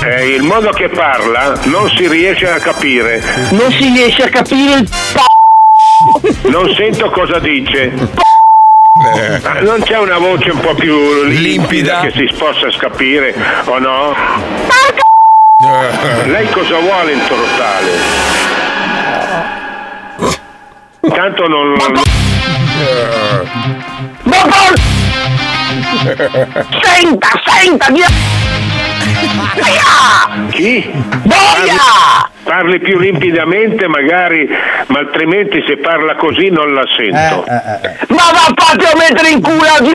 S21: Eh, il modo che parla non si riesce a capire.
S4: Non si riesce a capire il
S21: Non sento cosa dice. Non c'è una voce un po' più limpida, che si possa capire o no? Lei cosa vuole in Torotale? Tanto non.
S4: Ma por... Senta, senta, mia... Boia!
S21: Chi?
S4: Boia!
S21: Parli più limpidamente magari, ma altrimenti se parla così non la
S4: Eh,
S21: sento.
S4: Ma va proprio a mettere in culo di...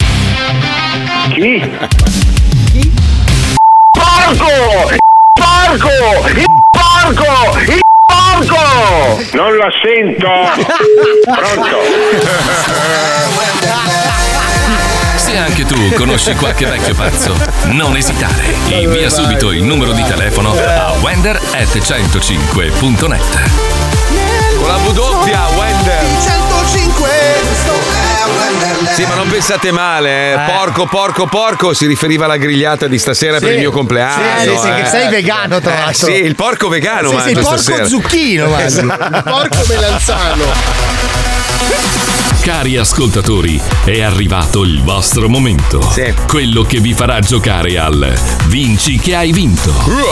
S21: Chi?
S4: Porco! Porco! Il Porco! Il Porco!
S21: Non la sento! Pronto?
S1: Se anche tu conosci qualche vecchio pazzo, non esitare. Invia subito il numero di telefono a wender at 105.net.
S20: Con la V doppia, Wender.
S4: 105! eh,
S20: Sì, ma non pensate male, eh. porco, porco, porco si riferiva alla grigliata di stasera per il mio compleanno.
S11: Sì, sì, sì,
S20: eh.
S11: che sei vegano, tra
S20: Eh,
S11: l'altro.
S20: sì, il porco vegano
S11: Sì, sì, il
S20: mangia
S11: porco
S20: stasera.
S11: zucchino mangia.
S20: Esatto.
S6: Porco melanzano.
S1: Cari ascoltatori, è arrivato il vostro momento. Quello che vi farà giocare al Vinci che hai vinto.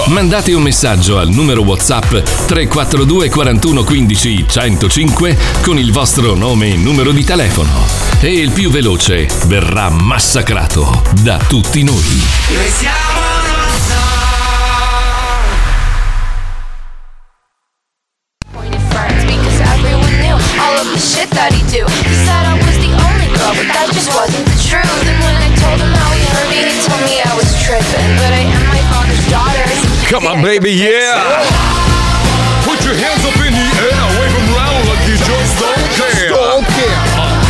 S1: Mandate un messaggio al numero WhatsApp 342 41 15 105 con il vostro nome e numero di telefono. E il più veloce verrà massacrato da tutti noi.
S5: Because everyone knew all of the shit that he do. He said I was the only girl, but that just wasn't the truth. And when I told him how he hurt me, he told me I was tripping. But I am my father's daughter.
S20: Come on, baby, yeah! Put your hands up in the air, wave them round like you just don't care. Uh, Don't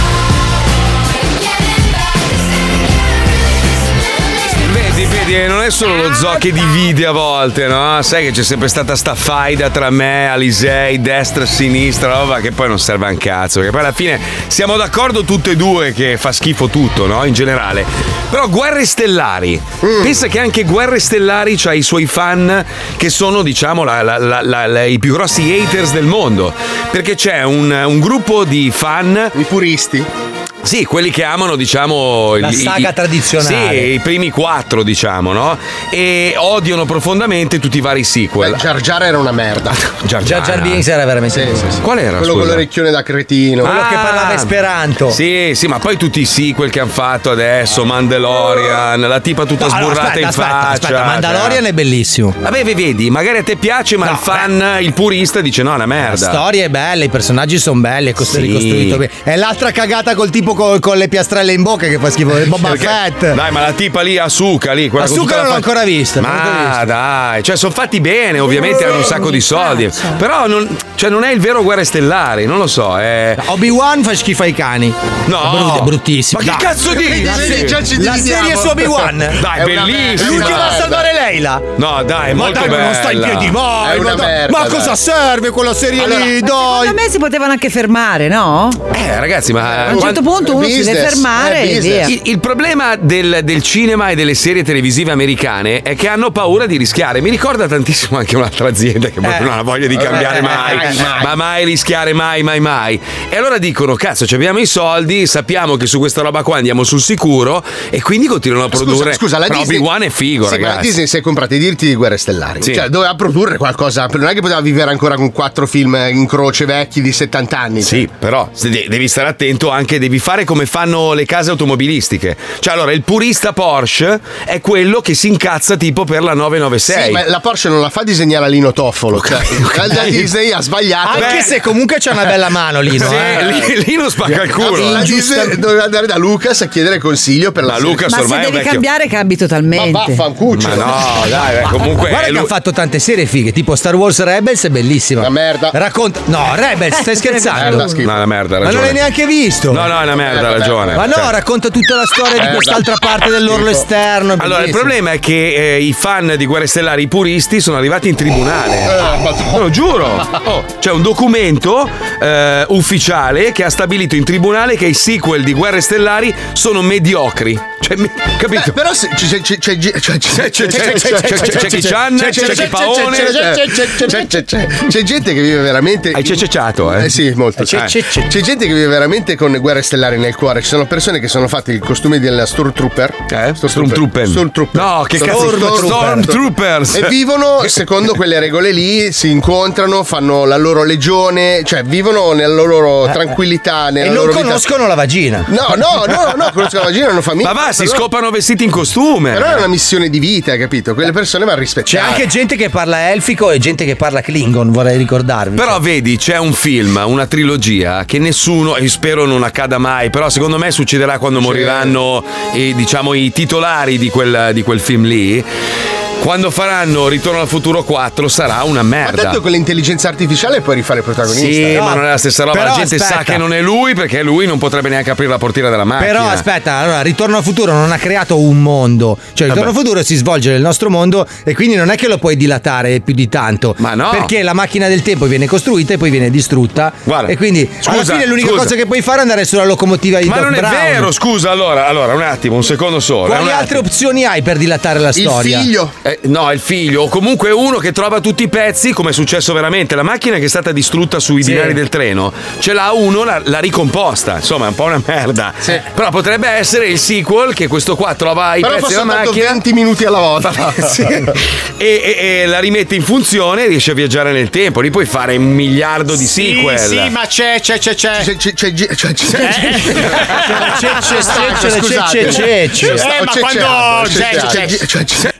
S20: Vedi, vedi,
S2: perché eh, non è solo lo zoo che divide a volte, no? Sai che c'è sempre stata sta faida tra me, Alisei, destra e sinistra, roba che poi non serve a un cazzo. Che poi alla fine siamo d'accordo tutte e due che fa schifo tutto, no? In generale. Però Guerre Stellari,
S9: Mm.
S2: pensa che anche Guerre Stellari ha i suoi fan che sono, diciamo, la- la- la- la- la- i più grossi haters del mondo. Perché c'è un, un gruppo di fan.
S6: I puristi.
S2: Sì, quelli che amano, diciamo.
S9: La
S2: il-
S9: saga tradizionale.
S2: Sì, i primi quattro, diciamo, no? E odiano profondamente tutti i vari sequel.
S6: Jar Jar era una merda.
S2: Jar
S9: Jar Jar Binks era veramente brutto.
S2: Qual era?
S6: Quello
S2: scusa?
S6: con l'orecchione da cretino.
S2: Ah, Sì, sì, ma poi tutti i sequel che hanno fatto adesso, Mandalorian, la tipa tutta
S9: Ah. No, allora,
S2: sburrata
S9: aspetta,
S2: in
S9: aspetta,
S2: faccia. cioè,
S9: aspetta, Mandalorian è bellissimo.
S2: Vabbè, vi vedi, magari a te piace, ma il fan, il purista dice no, è una
S9: La
S2: merda.
S9: storia è bella, i personaggi sono belli, è cost-
S2: Sì.
S9: ricostruito bene. È l'altra cagata col tipo co- con le piastrelle in bocca che fa schifo. Boba
S2: Perché-
S9: Fett.
S2: Dai, ma la tipa lì, Asuka lì, quella con
S9: Eh. Asuka
S2: tutta la
S9: non l'ho
S2: faccia-
S9: ancora vista, non l'ho ancora
S2: Ma dai, cioè sono fatti bene, ovviamente hanno un sacco di soldi. Però non, cioè, non è il vero Guerre Stellari, non lo so. È...
S9: Obi-Wan fa schifo ai cani.
S2: No,
S9: Brut- bruttissimo.
S2: Ma che
S9: Dai.
S2: cazzo dici?
S9: La serie-
S2: Già ci
S9: la
S2: dividiamo.
S9: serie su Obi-Wan.
S2: Dai, bellissimo.
S9: L'ultima a
S2: Dai.
S9: salvare Leila.
S2: No, dai, è
S9: Ma
S2: molto
S9: dai, ma
S2: bella.
S9: non sta in piedi mai, ma dai, ma cosa serve quella serie lì?
S10: Secondo me si potevano anche fermare, no?
S2: Eh, ragazzi, ma.
S10: A un certo punto uno si deve Business, fermare eh, e business. via.
S2: Il, il problema del, del cinema e delle serie televisive americane è che hanno paura di rischiare. Mi ricorda tantissimo anche un'altra azienda che proprio non ha voglia di cambiare
S20: Eh,
S2: mai,
S20: mai, mai.
S2: ma mai rischiare mai, mai, mai. E allora dicono: cazzo, ci abbiamo i soldi, sappiamo che su questa roba qua andiamo sul sicuro e quindi continuano a produrre. Però Obi-Wan è figo,
S6: sì, Ma la
S2: ragazzi.
S6: Disney si è comprata i diritti di Guerre Stellari.
S2: Sì.
S6: Cioè, doveva produrre qualcosa. Non è che poteva vivere ancora con quattro film in croce vecchi di 70 anni. cioè.
S2: Sì, però se de- devi stare attento anche, devi fare come fanno le case automobilistiche. Cioè, allora, il purista Porsche è quello che si incazza tipo per la 996.
S6: Sì, ma la Porsche non la fa disegnare a Lino Toffolo. Cioè, la Disney ha sbagliato.
S9: Anche se comunque c'è una bella mano Lino.
S6: Sì,
S9: eh.
S2: lì- lì non spacca il culo.
S6: La Disney doveva andare da Lucas a chiedere consiglio per la
S2: Ma Lucas
S10: Ma se
S2: ormai è
S10: devi
S2: un vecchio-
S10: cambiare, cambi totalmente.
S6: Ma vaffanculo.
S2: Ma no, dai, beh, comunque è
S9: Guarda che
S2: lui-
S9: ha fatto tante serie fighe, tipo Star Wars Rebels è bellissima. La
S6: merda.
S9: Racconta. No,
S6: Eh,
S9: Rebels, stai scherzando.
S2: No, è una merda, ha
S9: Ma non
S2: ragione.
S9: l'hai neanche visto.
S2: No, no, è una
S6: Eh,
S2: merda, ha ragione.
S9: Ma no,
S2: Cioè-
S9: racconta tutta la storia di
S2: Merda.
S9: quest'altra
S6: esatto.
S9: parte dell'orlo esterno. è
S2: Allora, il
S9: bellissimo.
S2: problema è che eh, i fan di Guerre Stellari, i puristi, sono arrivati in tribunale.
S6: Eh,
S2: Te lo giuro! Oh, c'è un documento eh, ufficiale che ha stabilito in tribunale che i sequel di Guerre Stellari sono mediocri. Cioè, mi- capito?
S6: però se- c'è c'è- c'è- c'è- c'è-
S9: cioè,
S6: c'è- c'è-
S2: c'è-
S6: c'è-
S2: c'è- c'è- c'è- c'è chi Chan, c'è chi
S3: Eh,
S2: Paone,
S6: c'è- c'è- c'è- c'è- c'è- c'è gente che vive veramente hai
S2: cececiato
S6: eh? sì molto
S2: C'è-
S6: Eh.
S2: c'è- c'è.
S6: c'è gente che vive veramente con guerre stellari nel cuore ci sono persone che sono fatte il costume della Stormtrooper
S2: Eh? Stormtrooper.
S6: Stormtrooper
S2: No, che cazzo- Stormtroopers.
S6: e vivono secondo quelle regole lì si incontrano fanno la loro legione cioè vivono nella loro
S9: Eh, eh.
S6: tranquillità nella
S9: E non
S6: loro vita-
S9: conoscono la vagina.
S6: No, no, no, no, conoscono la vagina, hanno famiglia.
S2: Ma va, si
S6: Però-
S2: scopano vestiti in costume.
S6: Però è una missione di vita, capito? Quelle persone vanno
S9: C'è
S6: rispettate.
S9: anche gente che parla elfico e gente che parla Klingon, vorrei ricordarvi.
S2: Però vedi, c'è un film, una trilogia che nessuno, e spero non accada mai, però secondo me succederà quando moriranno eh, diciamo, i titolari di quel, di quel film lì. Quando faranno Ritorno al futuro 4 sarà una
S6: Ha
S2: merda.
S6: detto con Certo l'intelligenza artificiale puoi rifare il protagonista.
S2: Esatto. Sì, ma non è la stessa roba. La
S6: però
S2: gente sa
S6: aspetta.
S2: che non è lui perché lui non potrebbe neanche aprire la portiera della macchina.
S9: Però aspetta, allora Ritorno al futuro non ha creato un mondo, cioè Ritorno al futuro si svolge nel nostro mondo e quindi non è che lo puoi dilatare più di tanto, ma
S2: no.
S9: perché la macchina del tempo viene costruita e poi viene distrutta e quindi alla
S2: scusa,
S9: fine l'unica
S2: scusa.
S9: cosa che puoi fare è andare sulla locomotiva di
S2: Ma
S9: Doc
S2: non è
S9: Brown.
S2: vero, scusa, allora, allora, un attimo, un secondo solo. eh, un
S9: Quali
S2: attimo.
S9: altre opzioni hai per dilatare la storia?
S2: Eh, no, il figlio, o comunque uno che trova tutti i pezzi, come è successo veramente. La macchina che è stata distrutta sui binari del treno, ce l'ha uno, l'ha, l'ha ricomposta. Insomma, è un po' una merda. Però potrebbe essere il sequel che questo qua trova i
S6: Però
S2: pezzi
S6: posso
S2: della
S6: fatto
S2: macchina.
S6: 20 minuti alla volta.
S2: Sì. e, e- e la rimette in funzione e riesce a viaggiare nel tempo. Lì puoi fare un miliardo di sequel.
S3: Sì, ma c'è, c'è, c'è, c'è.
S6: C'è, c'è, c'è, c'è, c'è,
S3: c'è,
S6: Scusate.
S3: c'è, c'è, c'è,
S6: Io
S3: c'è. Eh,
S6: stavo
S3: ma
S6: cecciando,
S3: quando c'è,
S6: cecciando.
S3: c'è, c'è.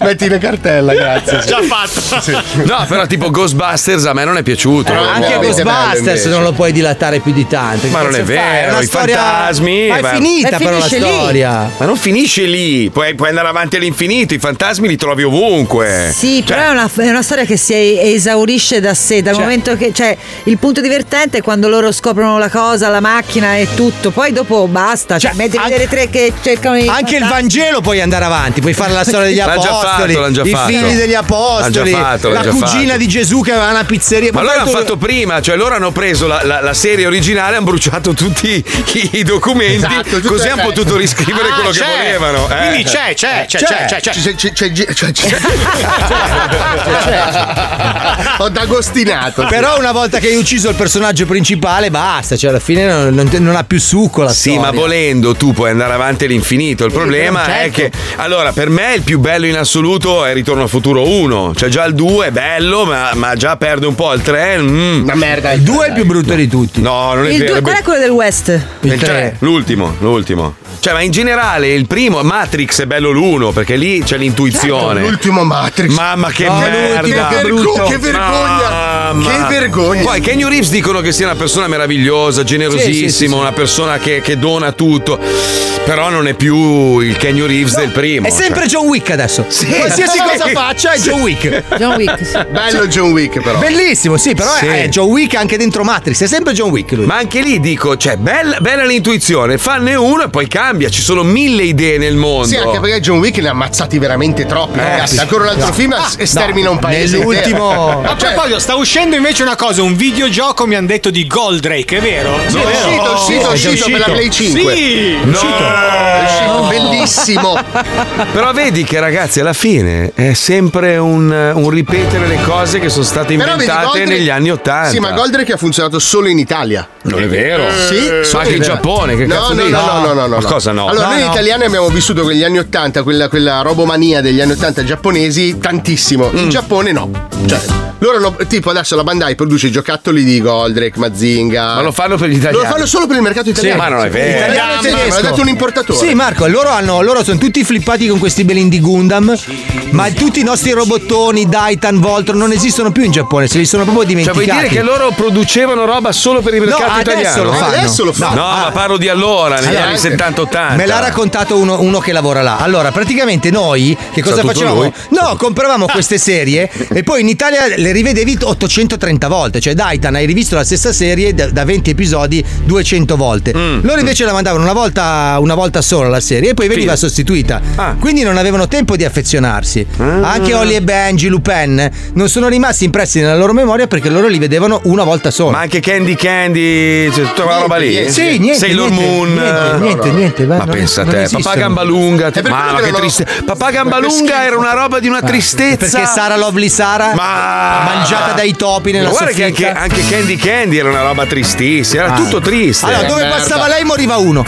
S6: Metti le cartella, grazie. sì.
S20: Già fatto.
S6: Sì.
S2: No, però tipo Ghostbusters a me non è piaciuto.
S9: Ma anche Ghostbusters non lo puoi dilatare più di tanto. Che
S2: Ma non è
S9: cazzo fai? È
S2: vero,
S9: una
S2: i
S9: storia-
S2: fantasmi.
S9: Ma è finita però la storia.
S2: Ma non finisce lì, puoi, puoi andare avanti all'infinito, i fantasmi li trovi ovunque.
S10: Sì, però è una, è una storia che si esaurisce da sé, dal
S2: Cioè-
S10: momento che. Cioè, il punto divertente è quando loro scoprono la cosa, la macchina e tutto. Poi dopo basta. Cioè, metti a vedere tre che cercano di.
S9: Anche il Vangelo puoi andare avanti, puoi fare la storia degli
S2: L'ha già
S9: apostoli,
S2: fatto, l'hanno già
S9: i
S2: fatto.
S9: figli degli apostoli,
S2: L'hanno già fatto,
S9: la
S2: l'hanno già
S9: cugina
S2: fatto.
S9: di Gesù che aveva una pizzeria.
S2: Ma
S9: Poi
S2: loro hanno
S9: tu-
S2: fatto prima, cioè loro hanno preso la, la- la serie originale, hanno bruciato tutti i, i documenti,
S6: Esatto, tutto
S2: così
S6: è
S2: hanno
S6: vero.
S2: potuto riscrivere
S6: Ah,
S2: quello
S6: c'è.
S9: certo.
S2: che volevano. eh.
S6: Quindi c'è, c'è, c'è, c'è, c'è, c'è. Ho d'agostinato.
S9: Però una volta che hai ucciso il personaggio principale, basta, cioè alla fine non, non- non ha più succo la
S2: Sì, ma volendo tu puoi andare avanti all'infinito. Il problema è che,
S9: certo.
S2: allora, per me il più bello in assoluto è Ritorno al futuro 1. Cioè, già il 2 è bello, ma, ma già perde un po'. Il 3 una
S6: merda.
S2: Il
S9: 2 è il più brutto di tutti.
S2: No, non è
S10: Il
S2: vero.
S10: due-
S2: è be-
S10: qual è quello del West?
S2: il 3. L'ultimo, l'ultimo. Cioè, ma in generale il primo Matrix è bello l'uno, perché lì c'è l'intuizione.
S9: Certo,
S6: L'ultimo Matrix.
S2: Mamma che merda.
S6: Che, vergo- che vergogna.
S2: Mamma.
S6: Che vergogna.
S2: Poi Kenny Reeves dicono che sia una persona meravigliosa, generosissima,
S6: Sì, sì, sì, sì.
S2: una persona che, che dona tutto. Però non è più il Kenny Reeves del primo. cioè.
S9: È sempre John Wick adesso. Qualsiasi cosa faccia è John Wick.
S6: Bello John Wick però.
S9: Bellissimo, sì, però è-
S2: Sì.
S9: è John Wick anche dentro Matrix, è sempre John Wick lui.
S2: Ma anche lì dico, cioè, bella, bella l'intuizione, fanne uno e poi cambia. Ci sono mille idee nel mondo.
S6: Sì, anche perché John Wick ne ha ammazzati veramente troppi,
S2: Eh,
S6: ragazzi.
S2: sì.
S6: Ancora un altro
S2: No.
S6: film e
S2: Ah,
S6: s- stermina un paese. intero.
S3: A
S6: Cioè,
S3: proposito, sta uscendo invece una cosa, un videogioco mi hanno detto di Goldrake, è vero?
S6: Sì, è uscito, è uscito, è uscito per la Play 5.
S3: Sì, è
S6: No.
S3: uscito.
S6: È uscito, bellissimo.
S2: Però vedi che ragazzi, alla fine è sempre un, un ripetere le cose che sono state
S6: Però vedi,
S2: inventate
S6: Goldrake-
S2: negli anni Ottanta.
S6: Sì, ma Goldrake ha funzionato solo in Italia. Eh,
S2: Non è vero.
S6: Sì,
S2: Ma
S6: solo
S2: anche in
S6: Italia.
S2: Giappone, che
S6: no,
S2: cazzo
S6: no,
S2: dici?
S6: No, no, no, no,
S2: Ma
S6: no.
S2: cosa no?
S6: Allora,
S2: No,
S6: noi
S2: no.
S6: italiani abbiamo vissuto quegli anni 80, quella, quella robomania degli anni 80 giapponesi, tantissimo.
S2: Mm.
S6: In Giappone no. Cioè, loro hanno- tipo adesso la Bandai produce i giocattoli di Goldrake, Mazinga.
S2: Ma lo fanno per gli
S6: Lo
S2: italiani.
S6: fanno solo per il mercato italiano.
S2: ma non è vero.
S6: Italiano, tedesco.
S9: tedesco.
S6: L'ha dato un importatore.
S9: Sì, Marco, loro, hanno, loro sono tutti flippati con questi belin di Gundam. Ma tutti i nostri robottoni, Daitan, Voltron, non esistono più in Giappone, se li sono proprio
S2: Cioè,
S9: dimenticati.
S2: vuoi dire che loro producevano roba solo per il
S9: No,
S2: mercato
S9: adesso
S2: italiano?
S9: lo fanno. Adesso lo fanno.
S6: Ah.
S9: Ah.
S2: No, ma parlo di allora, negli
S9: Allora,
S2: anni
S9: anche-
S2: 70-80.
S9: Me l'ha raccontato uno, uno che lavora là. Allora, praticamente noi che cosa
S2: Saputo
S9: facevamo?
S2: lui.
S9: No,
S6: Ah.
S9: compravamo queste serie e poi in Italia le rivedevi 830 volte. Cioè, Daitan hai rivisto la stessa serie da, da 20 episodi 200 volte.
S6: Mm.
S9: Loro invece la mandavano una volta, una volta sola la serie e poi veniva
S16: Fine.
S9: sostituita.
S2: Ah.
S9: Quindi non avevano tempo di affezionarsi. Anche Oli e Benji, Lupin, non sono rimasti impressi nella loro memoria perché loro li vedevano una volta sola. Ma
S2: anche Candy Candy, cioè, tutta quella roba lì. eh?
S9: Sì, niente.
S2: Sailor
S9: niente,
S2: Moon.
S9: Niente, niente, niente, va,
S2: Ma
S9: non-
S2: pensa a
S9: non
S2: te,
S9: esistono.
S2: Papà Gambalunga.
S9: È per
S2: Mamma,
S9: quello
S2: che
S9: non ho-
S2: triste. Papà
S9: Ma che schifo.
S2: Gambalunga era una roba di una
S9: Ah,
S2: tristezza. Ah.
S9: Perché Sara Lovely Sara, mangiata dai topi nella
S2: Ma guarda che
S9: soffitta.
S2: anche, anche Candy Candy era una roba tristissima, era
S9: Ah.
S2: tutto triste.
S9: Allora, dove passava lei moriva uno.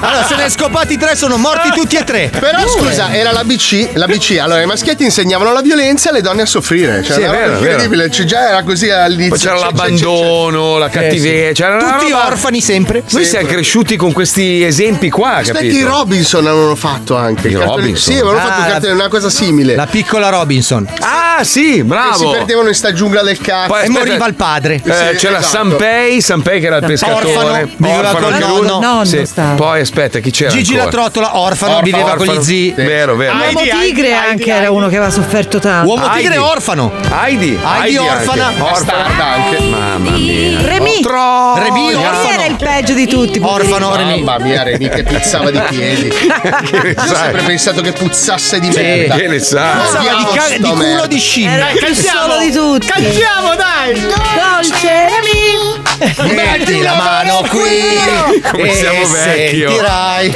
S6: Allora,
S9: se ne è scopati tre, sono morti tutti e tre.
S6: Ah. Però scusa, era la BC, la BC. Allora, i maschietti insegnavano la violenza e le donne a soffrire. Cioè,
S2: Sì, è
S6: una roba
S2: vero, è vero.
S6: incredibile. Cioè, già era così all'inizio.
S2: Poi c'era
S6: Cioè, cioè, cioè,
S2: l'abbandono, la cattiveria. C'era una
S9: Tutti
S2: roba-
S9: orfani sempre.
S2: Noi siamo cresciuti con questi esempi qua,
S6: Aspetti,
S2: capito?
S6: i Robinson avevano fatto anche. I Sì,
S2: Robinson?
S6: avevano
S2: Ah,
S6: fatto un
S2: la-
S6: cartone- una cosa simile. Eh
S9: La piccola Robinson.
S2: Ah, sì,
S6: Che si
S2: bravo.
S6: perdevano in sta giungla del cazzo. esatto.
S2: Poi, aspetta, Eh, c'era Sanpei, Sanpei che era il
S6: Orfano,
S2: pescatore.
S9: viveva col
S2: anche
S9: nonno.
S2: lui.
S9: Nonno
S2: Sì.
S9: stava.
S2: Poi aspetta, chi c'era?
S9: Gigi la
S2: ancora?
S9: trottola, orfano,
S2: Orfano,
S9: viveva con gli
S2: orfano.
S9: zii.
S2: Vero, vero.
S10: Uomo tigre anche era uno che aveva sofferto tanto.
S9: Uomo tigre orfano.
S2: Heidi.
S9: Heidi orfana.
S2: anche. Orfana anche. Mamma mia.
S10: Remy.
S4: Oh,
S9: Remy,
S10: Remy era il peggio di tutti.
S9: Orfano,
S10: Remy.
S6: Mamma mia, Remy che puzzava di piedi. Io ho sempre pensato che puzzasse di
S2: Sì,
S6: merda.
S2: che ne sa?
S9: Puzzava di ca- di culo di
S6: Eh,
S9: scimmia.
S10: Era il più solo di tutti.
S17: Cantiamo, dai!
S10: Dolce Remy.
S9: Metti la mano qui.
S2: Come siamo vecchi, oh.
S9: Tirai.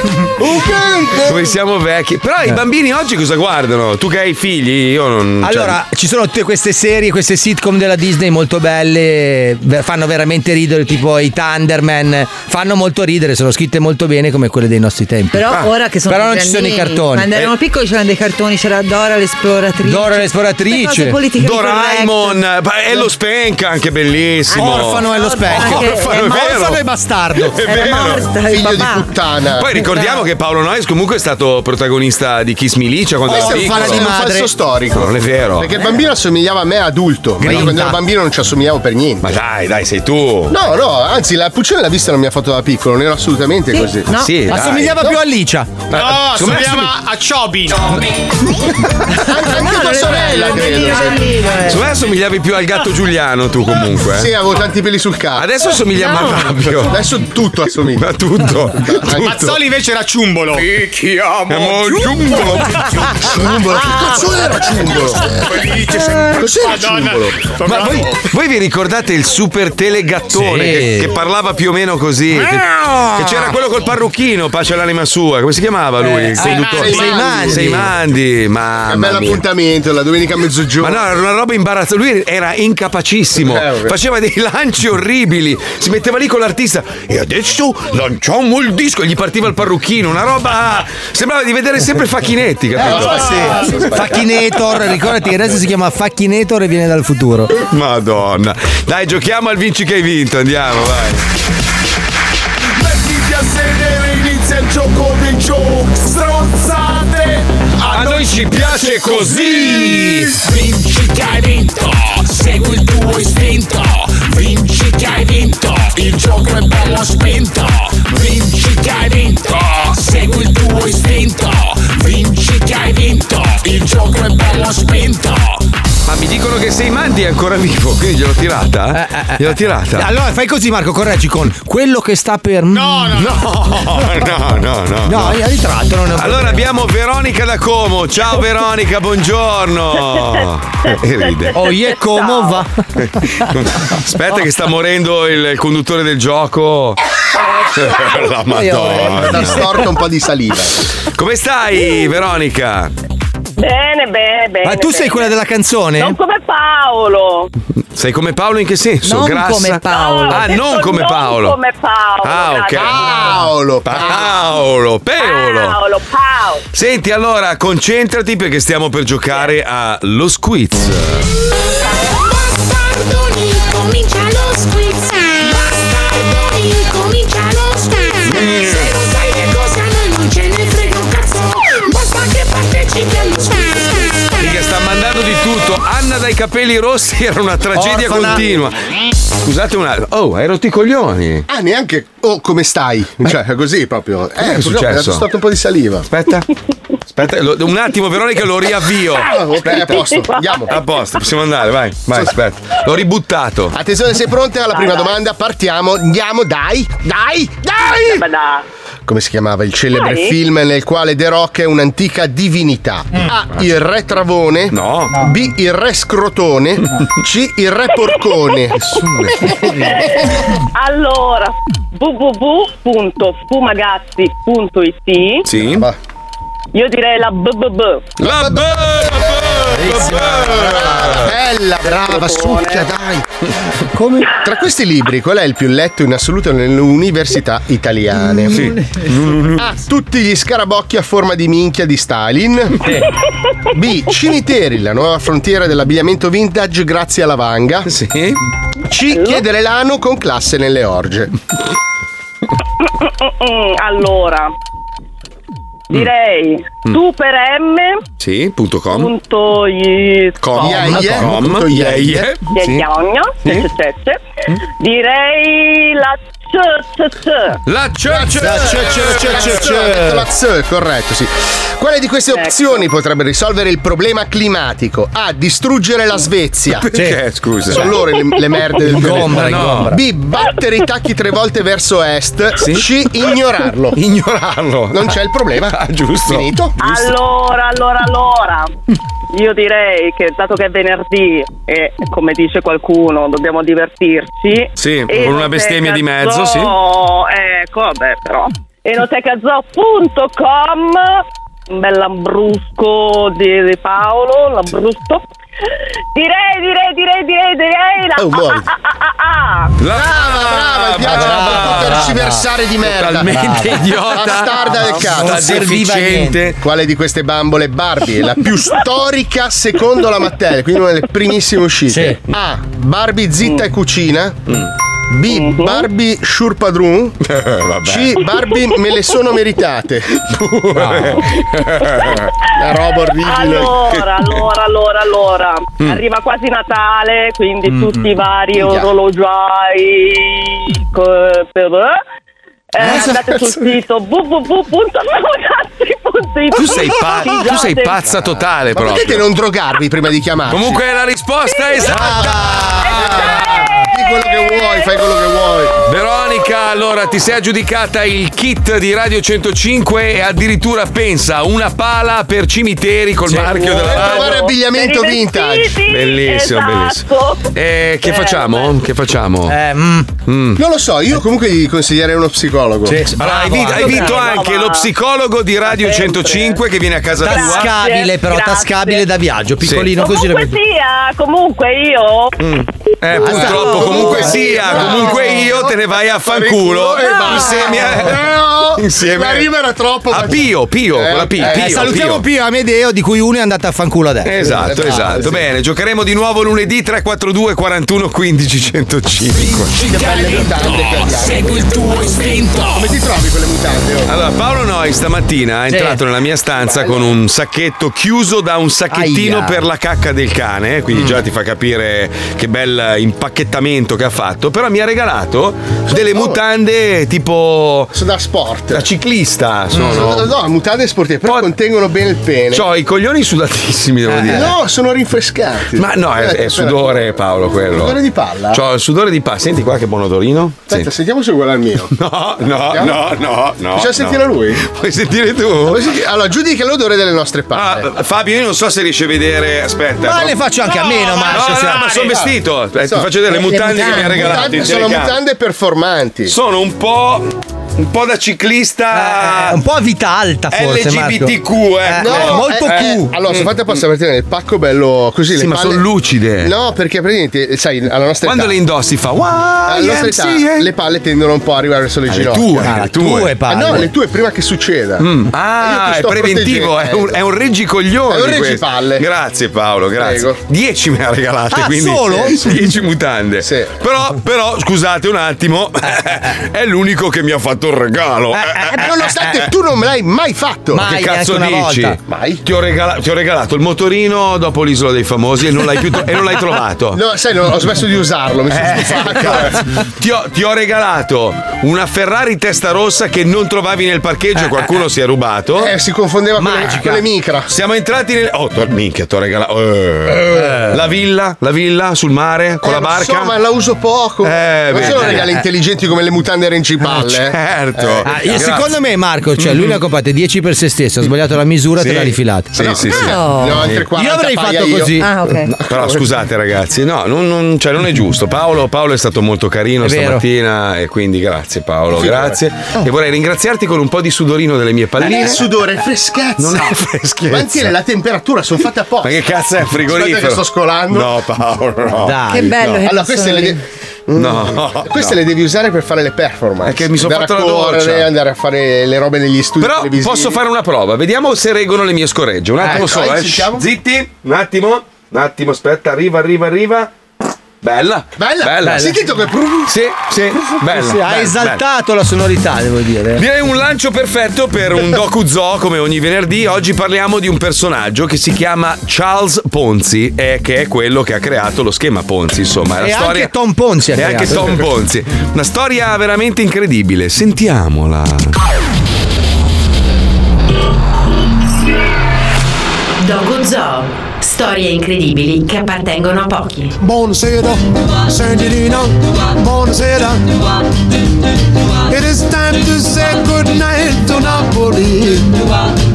S2: Come siamo vecchi. Però
S9: Eh.
S2: i bambini oggi cosa guardano? Tu che hai figli, io non. cioè-
S9: Allora, ci sono tutte queste serie, queste sitcom della Disney molto belle, ver- fanno veramente ridere, tipo i Thunderman, fanno molto ridere, sono scritte molto bene come quelle dei nostri tempi.
S10: Però ora che sono
S9: Ah. Però non ci sono i
S10: grandini,
S9: cartoni.
S10: Quando
S9: Eh,
S10: eravamo piccoli c'erano dei cartoni, c'era Dora l'esploratrice.
S9: Dora
S10: Queste cose
S9: l'esploratrice,
S10: politicamente
S2: Simon, è lo Spank Eh. anche bellissimo.
S9: Orfano e lo specchio.
S2: Orfano, è vero.
S9: Orfano e bastardo.
S2: È vero.
S6: Figlio di puttana.
S2: Poi ricordiamo che Paolo Noyes comunque è stato protagonista di Kiss Milicia quando
S6: Questo
S2: era
S6: è un,
S2: piccolo.
S6: falso- un falso storico.
S2: Non è vero.
S6: Perché il bambino assomigliava a me adulto. Ma io
S2: Grinta.
S6: quando ero bambino non ci assomigliavo per niente.
S2: Ma dai, dai, sei tu.
S6: No, no, anzi, la Puccione l'ha vista la mia foto da piccolo, non era assolutamente
S2: Sì,
S6: così.
S2: no. Sì, dai. Assomigliava più
S6: a Licia.
S3: No, assomigliava a Chobi.
S6: Anche tua sorella, credo. eh.
S2: Secondo me assomigliavi più al gatto Giuliano tu comunque. eh.
S6: Sì, avevo tanti peli sul capo.
S2: Adesso assomiglia a Marrabbio.
S6: Adesso tutto assomiglia.
S2: Ma tutto.
S3: Mazzoli invece era ciumbolo. Ti
S2: chiamo ciumbolo.
S9: Ah.
S6: Ciumbolo, che cazzo era ciumbolo? Cos'era ciumbolo?
S2: Ma voi, voi vi ricordate il super telegattone
S20: Sì.
S2: che, che parlava più o meno così? Che,
S20: Ah!
S2: che c'era quello col parrucchino, pace all'anima sua. Come si chiamava lui?
S6: Eh,
S2: il
S6: Sei
S2: conduttore?
S6: Mandi. Sei Mandi.
S2: Sei Mandi.
S6: Che
S2: Mamma mia.
S6: bell'appuntamento, la domenica a mezzogiorno. Eh,
S2: Ma no, era una roba imbarazzante. Lui era incapacissimo.
S6: ovvio.
S2: Faceva dei lanci orribili. Si metteva lì con l'artista e adesso lanciamo il disco. E gli partiva il parrucchino. Una roba. Sembrava di vedere sempre
S9: Eh,
S2: Facchinetti, capito?
S6: Eh,
S9: Facchinator, ricordati che adesso si chiama Facchinator e viene dal futuro.
S2: Madonna. Dai, giochiamo al vinci che hai vinto. Andiamo, vai.
S4: Mettiti a sedere, inizia il gioco dei giochi Strozzate A noi ci piace così Vinci che hai vinto Segui il tuo istinto Vinci che hai vinto Il gioco è bello spinto Vinci che hai vinto Segui il tuo istinto Vinci che hai vinto Il gioco è bello spinto
S2: Ma mi dicono che sei Mandi è ancora vivo, quindi gliel'ho
S9: Eh,
S2: tirata? Gliel'ho tirata?
S9: Allora fai così Marco, correggi con quello che sta per... No, no,
S2: No, no, no.
S9: No, io ritratto, non è un
S2: Allora abbiamo Veronica da Como. Ciao Veronica, buongiorno. E Eh, ride.
S9: Oh, yeah, come va?
S2: Aspetta che sta morendo il, il conduttore del gioco. La
S6: Ti ha storto
S2: Madonna.
S6: un po' di saliva.
S2: Come stai Veronica?
S8: Bene, bene, bene.
S9: Ma tu sei
S8: bene.
S9: quella della canzone?
S8: Non come Paolo.
S2: Sei come Paolo in che senso?
S8: Non
S2: Grassa?
S8: come Paolo.
S2: Ah,
S8: Ho
S2: non
S8: detto
S2: come
S8: non
S2: Paolo.
S8: come Paolo,
S2: Ah, ok.
S8: ragazzi.
S2: Paolo. Paolo. Paolo.
S8: Paolo, Paolo.
S2: Senti, allora concentrati perché stiamo per giocare a Lo Squiz.
S4: Bastardoni, comincia lo squiz Bastardoni, comincia lo squiz Se non sai che cosa noi non ce ne frega un cazzo Basta che partecipi allo squiz
S2: Mica sta mandando di tutto. Anna dai capelli rossi era una tragedia
S6: Orfana.
S2: continua. Scusate un attimo. Oh, hai rotto i coglioni.
S6: Ah, neanche. Oh, come stai? Cioè, così proprio.
S2: Cos'è che è
S6: Eh, purtroppo mi ha
S2: successo?
S6: storto un po' di saliva.
S2: Aspetta. Aspetta, lo- un attimo, Veronica, lo riavvio.
S6: Ah, ok, a posto, andiamo.
S2: A posto, possiamo andare, vai. Vai, aspetta. L'ho ributtato.
S6: Attenzione, sei pronte alla prima domanda? Partiamo, andiamo, dai, dai, dai! Come si chiamava il celebre
S4: Dai.
S6: film nel quale The Rock è un'antica divinità? A. Il re Travone.
S2: No.
S6: B. Il re Scrotone. C. Il re Porcone.
S8: allora, www.fumagazzi.it
S2: Sì.
S8: Io direi la BBB.
S2: La
S6: Bella, brava, succhia, dai. Come? Tra questi libri, qual è il più letto in assoluto nelle università italiane? A. Tutti gli scarabocchi a forma di minchia di Stalin. B. Cimiteri, la nuova frontiera dell'abbigliamento vintage grazie alla vanga. C. Chiedere l'ano con classe nelle orge.
S8: Mm, Allora,
S2: Mm.
S8: direi superm.it
S2: Sì, punto Mm. com.
S8: Punto i-
S2: Com.
S8: com.
S2: Yeah, yeah. Punto yeah, yeah.
S8: Yeah,
S2: Sì. Mm.
S8: yeah,
S2: Sì.
S8: yeah. Sì, sì, sì. Direi la c, c, c.
S2: La c, c,
S6: La c, c, c, c, c. Ha detto la z, corretto, sì. Quale di
S2: Ecco.
S6: queste opzioni potrebbe risolvere il problema climatico? A. Distruggere la Svezia.
S2: Perché, scusa?
S6: Sono loro le, le merde del
S2: Ingombra,
S6: pianeta.
S2: ingombra.
S6: B. Battere i tacchi tre volte verso est.
S2: Sì.
S6: C. Ignorarlo.
S2: Ignorarlo.
S6: Non c'è il problema.
S2: Ah, giusto.
S6: Finito.
S8: Allora, allora, allora. Io direi che dato che è venerdì e come dice qualcuno dobbiamo divertirci.
S2: Sì, con una bestemmia di mezzo, sì.
S8: Ecco, vabbè, però. Enotecazoo.com Un bel lambrusco di, di Paolo, lambrusco. Direi, direi, direi, direi, direi. La,
S6: Oh, muori.
S8: ah, ah, ah, ah, ah.
S2: La brava,
S6: brava, il piano da versare di merda.
S2: Totalmente idiota.
S6: Bastarda del cazzo.
S2: Non serviva a niente.
S6: Quale di queste bambole Barbie è la più storica secondo la Mattel, quindi una delle primissime uscite. A. Barbie
S2: Mm.
S6: zitta e cucina. B. Barbie Shurpadrun. C. Barbie me le sono meritate. La roba orribile.
S8: Allora, allora, allora, allora.
S6: Mm.
S8: Arriva quasi Natale, quindi
S6: Mm,
S8: tutti i vari
S6: Minchia.
S8: orologiai. co- per- eh,
S2: Cosa
S8: andate sul sito www.navogazzi.it
S2: Tu sei pa- tu sei pazza totale
S6: Ma
S2: proprio.
S6: potete non drogarvi prima di chiamarci?
S2: Comunque la risposta è esatta.
S6: Di quello che vuoi, fai quello che vuoi.
S2: Veronica, allora ti sei aggiudicata il kit di Radio 105 e addirittura pensa una pala per cimiteri col marchio
S6: Per
S2: della
S6: provare
S2: radio.
S6: abbigliamento
S2: Per i
S6: vintage.
S2: Bellissimo,
S8: Esatto.
S6: esatto.
S2: bellissimo. Eh, che facciamo? Che facciamo? Mm.
S6: Non lo so, io comunque gli consiglierei uno psicologo.
S2: Allora, Ah, hai, vinto, hai vinto anche lo psicologo di Radio 105 che viene a casa tua.
S8: Tascabile, però, Grazie. tascabile
S2: eh, da viaggio,
S8: Piccolino così comunque sia, comunque io
S2: Eh, purtroppo, comunque sia, comunque io te ne vai a fanculo.
S6: e basta.
S2: Insieme a.
S6: No,
S2: Insieme
S6: La rima era troppo.
S2: A Pio, Pio, con la P,
S9: Eh,
S2: Pio,
S9: salutiamo
S2: Pio.
S9: Pio e Amedeo, di cui uno è andato a fanculo adesso.
S2: Esatto,
S9: eh,
S2: esatto. Bene, giocheremo di nuovo lunedì 342 41 15 105.
S4: Segui il tuo istinto. Come ti trovi con le mutande? oh?
S2: Allora, Paolo Noi stamattina è
S4: Sì.
S2: entrato nella mia stanza con un sacchetto chiuso da un sacchettino
S4: Aia.
S2: per la cacca del cane, eh,
S6: Mm.
S2: quindi già ti fa capire che bel impacchettamento che ha fatto, però mi ha regalato delle mutande tipo...
S6: Oh. da sport. Mm.
S2: Da ciclista sono.
S6: No, no, mutande sportive, però contengono bene il pene. Eh,
S2: C'ho i coglioni sudatissimi, devo dire.
S6: No, sono rinfrescati.
S2: Ma no, è, è
S6: Aspetta,
S2: sudore Paolo quello.
S6: Sudore di palla?
S2: C'ho il sudore di palla. Senti qua che buon odorino.
S6: Aspetta, sentiamo se è uguale al mio.
S2: No, no, no, no, no.
S6: Facciamo
S2: no.
S6: sentire lui?
S2: Vuoi sentire tu? Ah,
S6: Allora, giudica l'odore delle nostre palle.
S2: Fabio, io non so se riesci a vedere. Aspetta.
S6: Ma le faccio anche a me, no,
S2: No,
S6: Marcio,
S2: no,
S6: se-
S2: no, ma sono vestito. Eh, Ti
S6: So,
S2: faccio vedere le,
S6: le
S2: mutande, che mi ha
S6: mutande.
S2: regalato.
S6: Mutande
S2: in
S6: sono
S2: telecamera.
S6: mutande performanti.
S2: Sono un po'. Un po' da ciclista.
S9: un po' a vita alta, forse. Marco.
S2: LGBTQ, eh.
S6: No,
S9: molto
S6: eh,
S9: Q.
S6: eh, allora, sono
S9: Mm,
S6: fatte apposta per tenere il pacco bello così.
S2: Sì,
S6: le
S2: ma
S6: palle-
S2: sono lucide.
S6: No, perché praticamente, sai, alla nostra
S2: Quando
S6: età.
S2: le indossi fa. "Wow,
S6: alla nostra età,
S2: YMCA".
S6: le palle tendono un po' a arrivare verso le
S2: Ah, le
S6: ginocchia.
S2: tue, Ah, le le tue tue. palle.
S6: Eh no, le tue prima che succeda.
S2: Mm.
S6: Io
S2: Ah,
S6: ti
S2: è
S6: sto
S2: preventivo, è un,
S6: proteggendo.
S2: è un reggicoglione.
S6: È un
S2: questo.
S6: reggipalle.
S2: Grazie Paolo, grazie.
S6: Prego.
S2: 10 me ne ha regalate,
S6: Ah,
S2: quindi
S6: solo?
S2: 10 mutande. Però, però, scusate un attimo, è l'unico che mi ha fatto il regalo.
S6: Eh, Nonostante tu non me l'hai mai eh, fatto.
S2: Ma che cazzo dici? Ti ho, regala- ti ho regalato il motorino dopo l'isola dei famosi e non l'hai, più tro- e non l'hai trovato. Eh.
S6: No, sai, no, ho smesso di usarlo, mi sono stufato.
S2: Ti ho, ti ho regalato una Ferrari testa rossa che non trovavi nel parcheggio e qualcuno si è rubato.
S6: Eh, si confondeva con le, con le micra.
S2: Siamo entrati nel. Oh, to- minchia, ti ho regalato. eh.
S6: Eh.
S2: La villa, la villa sul mare, con
S6: Eh,
S2: la
S6: lo
S2: barca.
S6: so, ma la uso poco.
S2: Eh,
S6: non
S2: beh,
S6: sono
S2: eh,
S6: regali
S2: eh.
S6: intelligenti come le mutande Eh. rencipalle.
S2: Ah, certo.
S9: Ah, io,
S2: Grazie. Mhm.
S9: secondo me, Marco, cioè, lui ne ha comprate 10 per se stesso. Ha sbagliato la misura, te
S2: Sì.
S9: l'ha rifilata.
S2: Sì, sì, sì.
S9: No.
S2: Ne ho altre
S9: Io
S2: 40
S9: avrei
S2: paia
S9: fatto
S2: io.
S9: così.
S2: Ah,
S10: ok.
S2: Però scusate ragazzi, no, non, non- cioè, non è giusto. Paolo, Paolo è stato molto carino
S9: È vero.
S2: stamattina e quindi grazie Paolo,
S6: Figurati.
S2: grazie. E vorrei ringraziarti con un po' di sudorino delle mie
S6: Non è
S2: palline.
S6: il sudore, è freschezza.
S2: Non è freschezza.
S6: Mantiene la temperatura, sono fatta apposta.
S2: Ma che cazzo è il frigorifero?
S6: Aspetta che sto scolando.
S2: No, Paolo, no.
S6: Dai. Che bello
S2: No.
S6: che Allora, queste sono le- lì.
S2: No.
S6: Queste
S2: no.
S6: le devi usare per fare le performance.
S2: È che mi son
S6: Andare
S2: fatto
S6: a
S2: la
S6: correre,
S2: doccia.
S6: andare a fare le robe negli studi
S2: Però
S6: televisivi.
S2: posso fare una prova, vediamo se reggono le mie scorregge. Un attimo
S6: Ecco,
S2: solo, eh.
S6: sentiamo.
S2: Zitti, un attimo, un attimo, aspetta, arriva, arriva, arriva. Bella.
S6: Bella,
S2: bella.
S6: Hai sentito che
S2: Sì, sì, bella.
S9: Sì, ha
S2: bella,
S9: esaltato la sonorità, devo dire.
S2: Direi un lancio perfetto per un docu zoo come ogni venerdì. Oggi parliamo di un personaggio che si chiama Charles Ponzi, eh, che è quello che ha creato lo schema Ponzi. Insomma, è la
S9: E
S2: storia.
S9: anche Tom Ponzi ha
S2: e anche
S9: creato.
S2: Tom Ponzi. Una storia veramente incredibile. Sentiamola.
S18: Dogo Zoo. Storie incredibili che appartengono a pochi.
S12: Buonasera, signorina, buonasera. It is time to say goodnight to Napoli.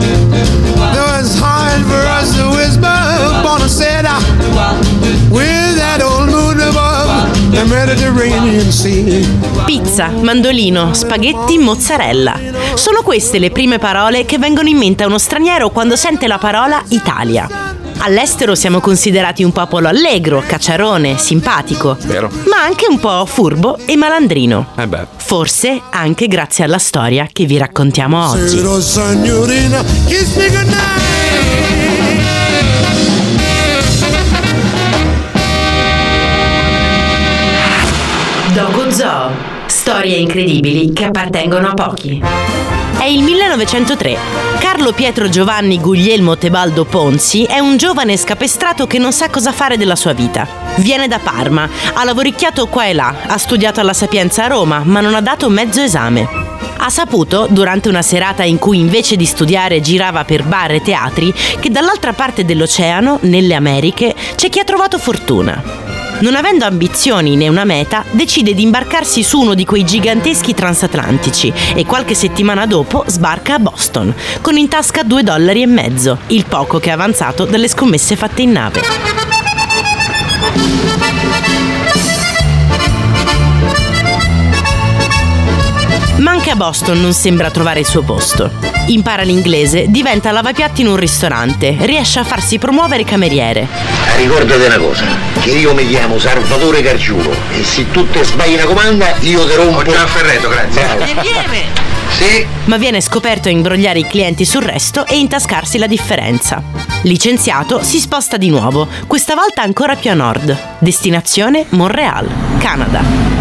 S12: There is hard for us to whisper buonasera with that old moon above the Mediterranean Sea.
S11: Pizza, mandolino, spaghetti, mozzarella. Sono queste le prime parole che vengono in mente a uno straniero quando sente la parola Italia. All'estero siamo considerati un popolo allegro, cacciarone, simpatico, ma anche un po' furbo e malandrino.
S2: Eh beh.
S11: Forse anche grazie alla storia che vi raccontiamo oggi.
S12: Zero signorina, kiss me
S18: Dogo Zoo. Storie incredibili che appartengono a pochi.
S11: È il 1903. Carlo Pietro Giovanni Guglielmo Tebaldo Ponzi è un giovane scapestrato che non sa cosa fare della sua vita. Viene da Parma, ha lavoricchiato qua e là, ha studiato alla Sapienza a Roma, ma non ha dato mezzo esame. Ha saputo, durante una serata in cui invece di studiare girava per bar e teatri, che dall'altra parte dell'oceano, nelle Americhe, c'è chi ha trovato fortuna. Non avendo ambizioni né una meta, decide di imbarcarsi su uno di quei giganteschi transatlantici e qualche settimana dopo sbarca a Boston, con in tasca due dollari e mezzo, il poco che è avanzato dalle scommesse fatte in nave. Ma anche a Boston non sembra trovare il suo posto. Impara l'inglese, diventa lavapiatti in un ristorante, riesce a farsi promuovere cameriere,
S7: Eh, Ricordate una cosa, che io mi chiamo Salvatore Gargiulo e se tu te sbagli una comanda io te rompo. Ho già afferrato, grazie. Sì.
S11: ma viene scoperto a imbrogliare i clienti sul resto e intascarsi la differenza. Licenziato, si sposta di nuovo, questa volta ancora più a nord. Destinazione Montreal, Canada.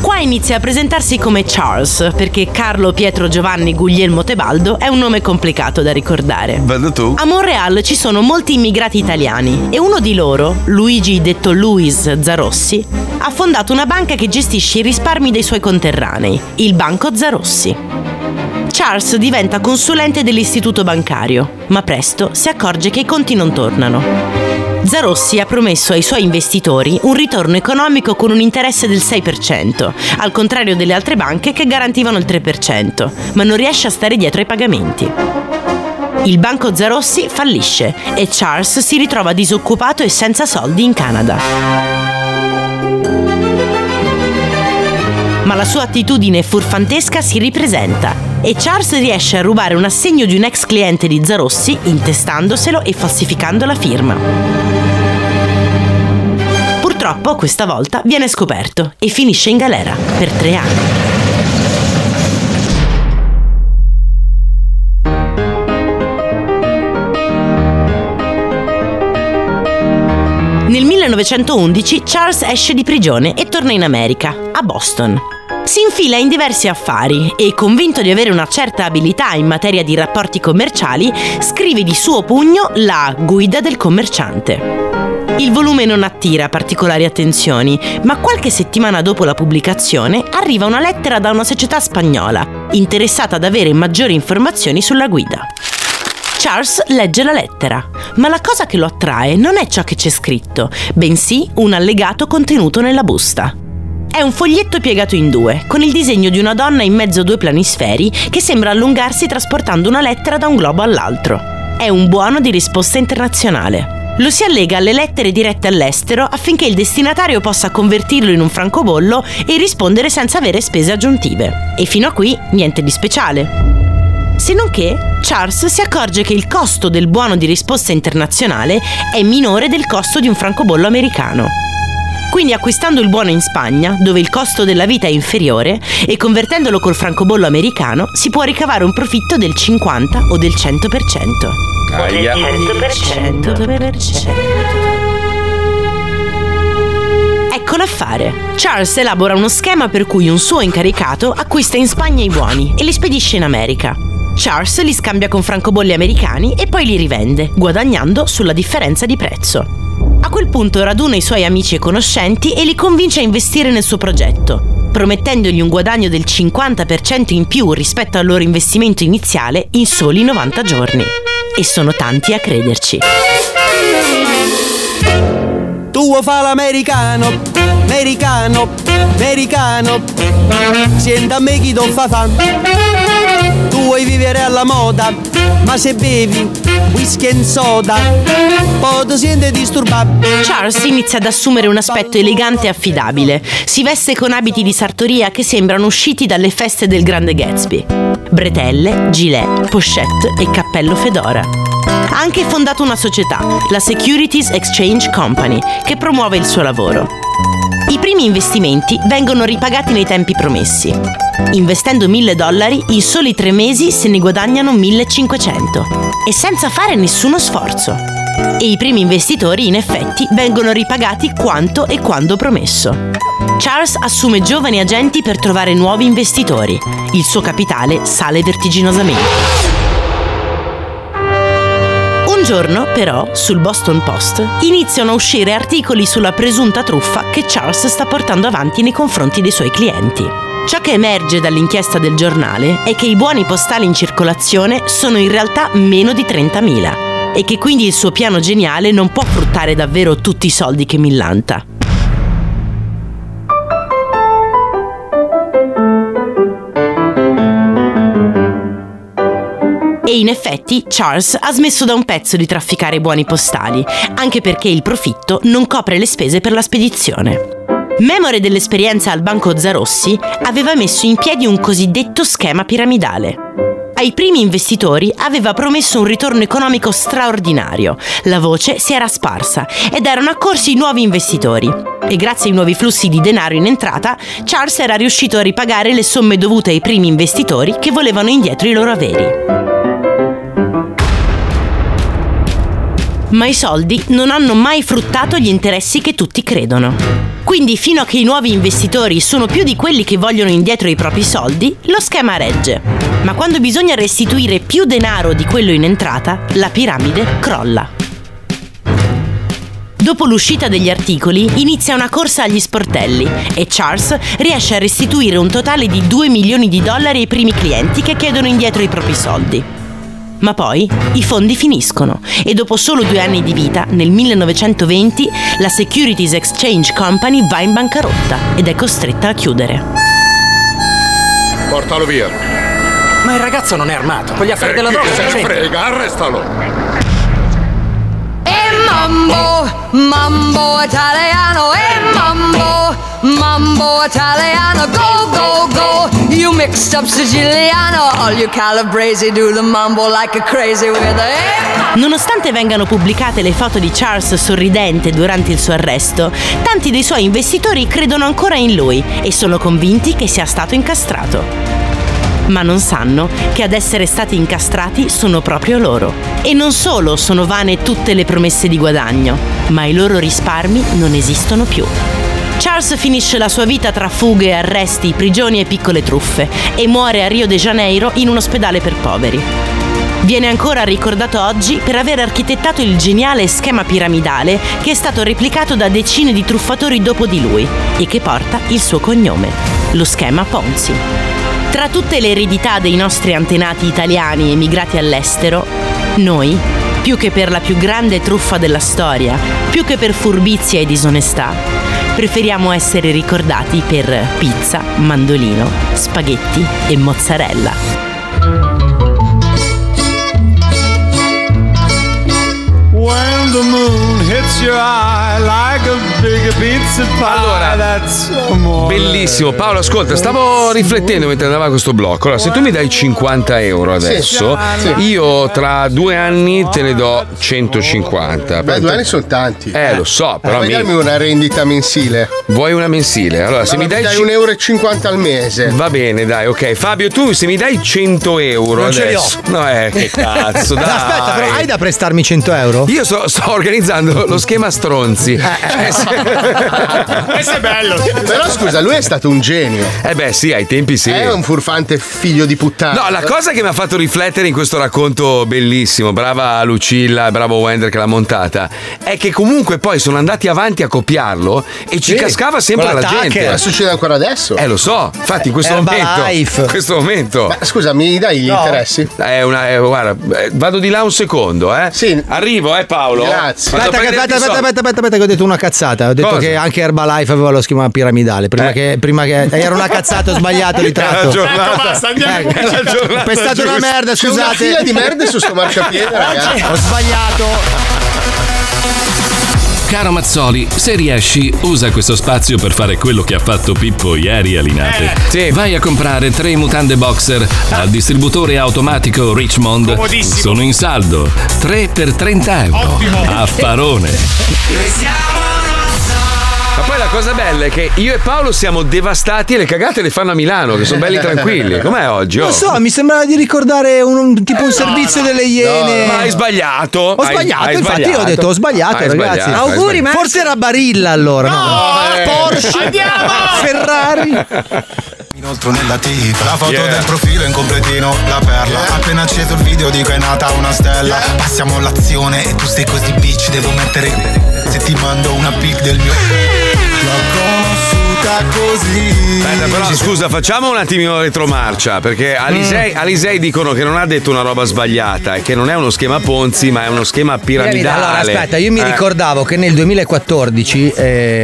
S11: Qua inizia a presentarsi come Charles, perché Carlo Pietro Giovanni Guglielmo Tebaldo è un nome complicato da ricordare.
S20: Vado tu.
S11: A Montreal ci sono molti immigrati italiani e uno di loro, Luigi detto Luis Zarossi, ha fondato una banca che gestisce i risparmi dei suoi conterranei, il Banco Zarossi. Charles diventa consulente dell'istituto bancario, ma presto si accorge che i conti non tornano. Zarossi ha promesso ai suoi investitori un ritorno economico con un interesse del 6%, al contrario delle altre banche che garantivano il 3%, ma non riesce a stare dietro ai pagamenti. Il banco Zarossi fallisce e Charles si ritrova disoccupato e senza soldi in Canada. Ma la sua attitudine furfantesca si ripresenta e Charles riesce a rubare un assegno di un ex cliente di Zarossi intestandoselo e falsificando la firma. Purtroppo questa volta viene scoperto e finisce in galera per tre anni. Nel 1911 Charles esce di prigione e torna in America, a Boston. Si infila in diversi affari e, convinto di avere una certa abilità in materia di rapporti commerciali, scrive di suo pugno la Guida del commerciante. Il volume non attira particolari attenzioni, ma qualche settimana dopo la pubblicazione arriva una lettera da una società spagnola, interessata ad avere maggiori informazioni sulla guida. Charles legge la lettera, ma la cosa che lo attrae non è ciò che c'è scritto, bensì un allegato contenuto nella busta. È un foglietto piegato in due, con il disegno di una donna in mezzo a due planisferi che sembra allungarsi trasportando una lettera da un globo all'altro. È un buono di risposta internazionale. Lo si allega alle lettere dirette all'estero affinché il destinatario possa convertirlo in un francobollo e rispondere senza avere spese aggiuntive. E fino a qui niente di speciale. Se non che Charles si accorge che il costo del buono di risposta internazionale è minore del costo di un francobollo americano. Quindi acquistando il buono in Spagna, dove il costo della vita è inferiore, e convertendolo col francobollo americano, si può ricavare un profitto del 50 o del 100%.
S2: Aia.
S11: 100%. Ecco l'affare. Charles elabora uno schema per cui un suo incaricato acquista in Spagna i buoni e li spedisce in America. Charles li scambia con francobolli americani e poi li rivende, guadagnando sulla differenza di prezzo. A quel punto raduna i suoi amici e conoscenti e li convince a investire nel suo progetto, promettendogli un guadagno del 50% in più rispetto al loro investimento iniziale in soli 90 giorni. E sono tanti a crederci.
S13: Tuo fa l'americano, americano, americano. Senta a me chi don fa fa. Tu vuoi vivere alla moda, ma se bevi whisky e soda, poi ti senti disturbato.
S11: Charles inizia ad assumere un aspetto elegante e affidabile. Si veste con abiti di sartoria che sembrano usciti dalle feste del grande Gatsby. bretelle, gilet, pochette e cappello fedora. Ha anche fondato una società, la Securities Exchange Company, che promuove il suo lavoro. I primi investimenti vengono ripagati nei tempi promessi. Investendo 1000 dollari, in soli tre mesi se ne guadagnano 1500 e senza fare nessuno sforzo. E i primi investitori, in effetti, vengono ripagati quanto e quando promesso. Charles assume giovani agenti per trovare nuovi investitori. Il suo capitale sale vertiginosamente. Un giorno, però, sul Boston Post iniziano a uscire articoli sulla presunta truffa che Charles sta portando avanti nei confronti dei suoi clienti. Ciò che emerge dall'inchiesta del giornale è che i buoni postali in circolazione sono in realtà meno di 30.000 e che quindi il suo piano geniale non può fruttare davvero tutti i soldi che millanta. E in effetti Charles ha smesso da un pezzo di trafficare buoni postali, anche perché il profitto non copre le spese per la spedizione. Memore dell'esperienza al Banco Zarossi, aveva messo in piedi un cosiddetto schema piramidale. Ai primi investitori aveva promesso un ritorno economico straordinario, la voce si era sparsa ed erano accorsi nuovi investitori. E grazie ai nuovi flussi di denaro in entrata, Charles era riuscito a ripagare le somme dovute ai primi investitori che volevano indietro i loro averi. ma i soldi non hanno mai fruttato gli interessi che tutti credono. Quindi fino a che i nuovi investitori sono più di quelli che vogliono indietro i propri soldi, lo schema regge. Ma quando bisogna restituire più denaro di quello in entrata, la piramide crolla. Dopo l'uscita degli articoli inizia una corsa agli sportelli e Charles riesce a restituire un totale di 2 milioni di dollari ai primi clienti che chiedono indietro i propri soldi. Ma poi i fondi finiscono e dopo solo due anni di vita, nel 1920, la Securities Exchange Company va in bancarotta ed è costretta a chiudere.
S14: Portalo via. Eh,
S15: Ma il ragazzo non è armato, con gli affari della droga. cioè.
S14: Chi se ne
S15: c'entra.
S14: frega, arrestalo.
S19: E mambo, mambo italiano, e mambo, mambo italiano, go, go, go. You mixed up Siciliano, all you Calabrese do the mambo like a crazy with a.
S11: Nonostante vengano pubblicate le foto di Charles sorridente durante il suo arresto, tanti dei suoi investitori credono ancora in lui e sono convinti che sia stato incastrato. Ma non sanno che ad essere stati incastrati sono proprio loro. E non solo sono vane tutte le promesse di guadagno, ma i loro risparmi non esistono più. Charles finisce la sua vita tra fughe, arresti, prigioni e piccole truffe e muore a Rio de Janeiro in un ospedale per poveri. Viene ancora ricordato oggi per aver architettato il geniale schema piramidale che è stato replicato da decine di truffatori dopo di lui e che porta il suo cognome, lo schema Ponzi. Tra tutte le eredità dei nostri antenati italiani emigrati all'estero, noi, più che per la più grande truffa della storia, più che per furbizia e disonestà, preferiamo essere ricordati per pizza, mandolino, spaghetti e mozzarella.
S24: When the moon hits your eye like a big pizza pie, that's amore.
S2: Bellissimo, Paolo, ascolta, stavo riflettendo mentre andava questo blocco. Allora, se tu mi dai 50 euro adesso,
S6: Sì.
S2: io tra due anni te ne do 150.
S6: Beh, due anni sono tanti.
S2: Eh, lo so, però
S6: Vuoi
S2: mi-
S6: darmi una rendita mensile?
S2: Vuoi una mensile? Allora, se mi dai,
S6: dai 1,50 euro e 50 al mese.
S2: Va bene, dai, ok. Fabio, tu se mi dai 100 euro
S6: Non ce li ho.
S2: adesso. No, eh, che cazzo, dai.
S9: Aspetta, però hai da prestarmi 100 euro?
S2: Io sto, sto organizzando lo schema stronzi. Cioè, se-
S6: Questo è bello. Però scusa, lui è stato un genio.
S2: Eh beh, sì, ai tempi sì.
S6: È un furfante figlio di puttana.
S2: No, la cosa che mi ha fatto riflettere in questo racconto bellissimo, brava Lucilla, bravo Wender che l'ha montata, è che comunque poi sono andati avanti a copiarlo e ci
S6: Sì,
S2: cascava sempre
S6: con
S2: la
S6: l'attacca.
S2: gente.
S6: Ma succede ancora adesso?
S2: Eh, lo so, infatti in questo momento.
S6: Herbalife.
S2: In questo momento.
S6: Ma scusa, mi dai gli interessi?
S2: È una, è- guarda, eh, vado di là un secondo, eh? Sì. Arrivo, eh, Paolo?
S9: Grazie.
S2: Vado a
S9: Aspetta, aspetta,
S2: prenderti
S9: aspetta,
S2: i
S9: aspetta,
S2: soldi.
S9: aspetta, aspetta, che ho detto una cazzata. Ho detto
S2: Cosa?
S9: che anche Herbalife aveva lo schema piramidale. Prima, che, prima che- Era una cazzata, ho sbagliato di
S2: Era la
S9: tratto.
S2: giornata. Ecco, basta, andiamo in pubblicità. Era la giornata
S9: Pestate una
S2: giusta.
S9: merda,
S2: C'è una
S9: scusate.
S2: fila di merda su sto marciapiede,
S6: ragazzi.
S9: Ho sbagliato.
S1: Caro Mazzoli, se riesci, usa questo spazio per fare quello che ha fatto Pippo ieri a Linate.
S4: Eh,
S1: Vai a comprare tre mutande boxer al distributore automatico Richmond.
S4: Comodissimo.
S1: Sono in saldo. 3 per 30 euro.
S4: Ottimo.
S1: Affarone.
S2: Ma poi la cosa bella è che io e Paolo siamo devastati e le cagate le fanno a Milano, che sono belli tranquilli. Com'è oggi? oh? Eh,
S9: Non so, mi sembrava di ricordare un, un- tipo un servizio delle iene.
S2: Ma hai sbagliato.
S9: Ho
S2: Hai-
S9: sbagliato,
S2: hai
S9: infatti, io ho
S2: sbagliato.
S9: detto ho sbagliato,
S2: Hai
S9: ragazzi.
S2: sbagliato, hai Auguri, sbagliato.
S9: Forse era Barilla allora. No, Porsche.
S4: Andiamo!
S9: Ferrari.
S21: Inoltre nella tita La foto del profilo in completino La perla Appena acceso il video dico è nata una stella Passiamo l'azione e tu sei così bitch Devo mettere Se ti mando una pic del mio L'ho conosciuta così
S2: Aspetta, Eh, però scusa, facciamo un attimino retromarcia, perché Alisei,
S9: Mm.
S2: Alisei dicono che non ha detto una roba sbagliata e che non è uno schema Ponzi, ma è uno schema piramidale.
S9: Allora, aspetta, io mi
S2: Eh.
S9: ricordavo che nel 2014 eh,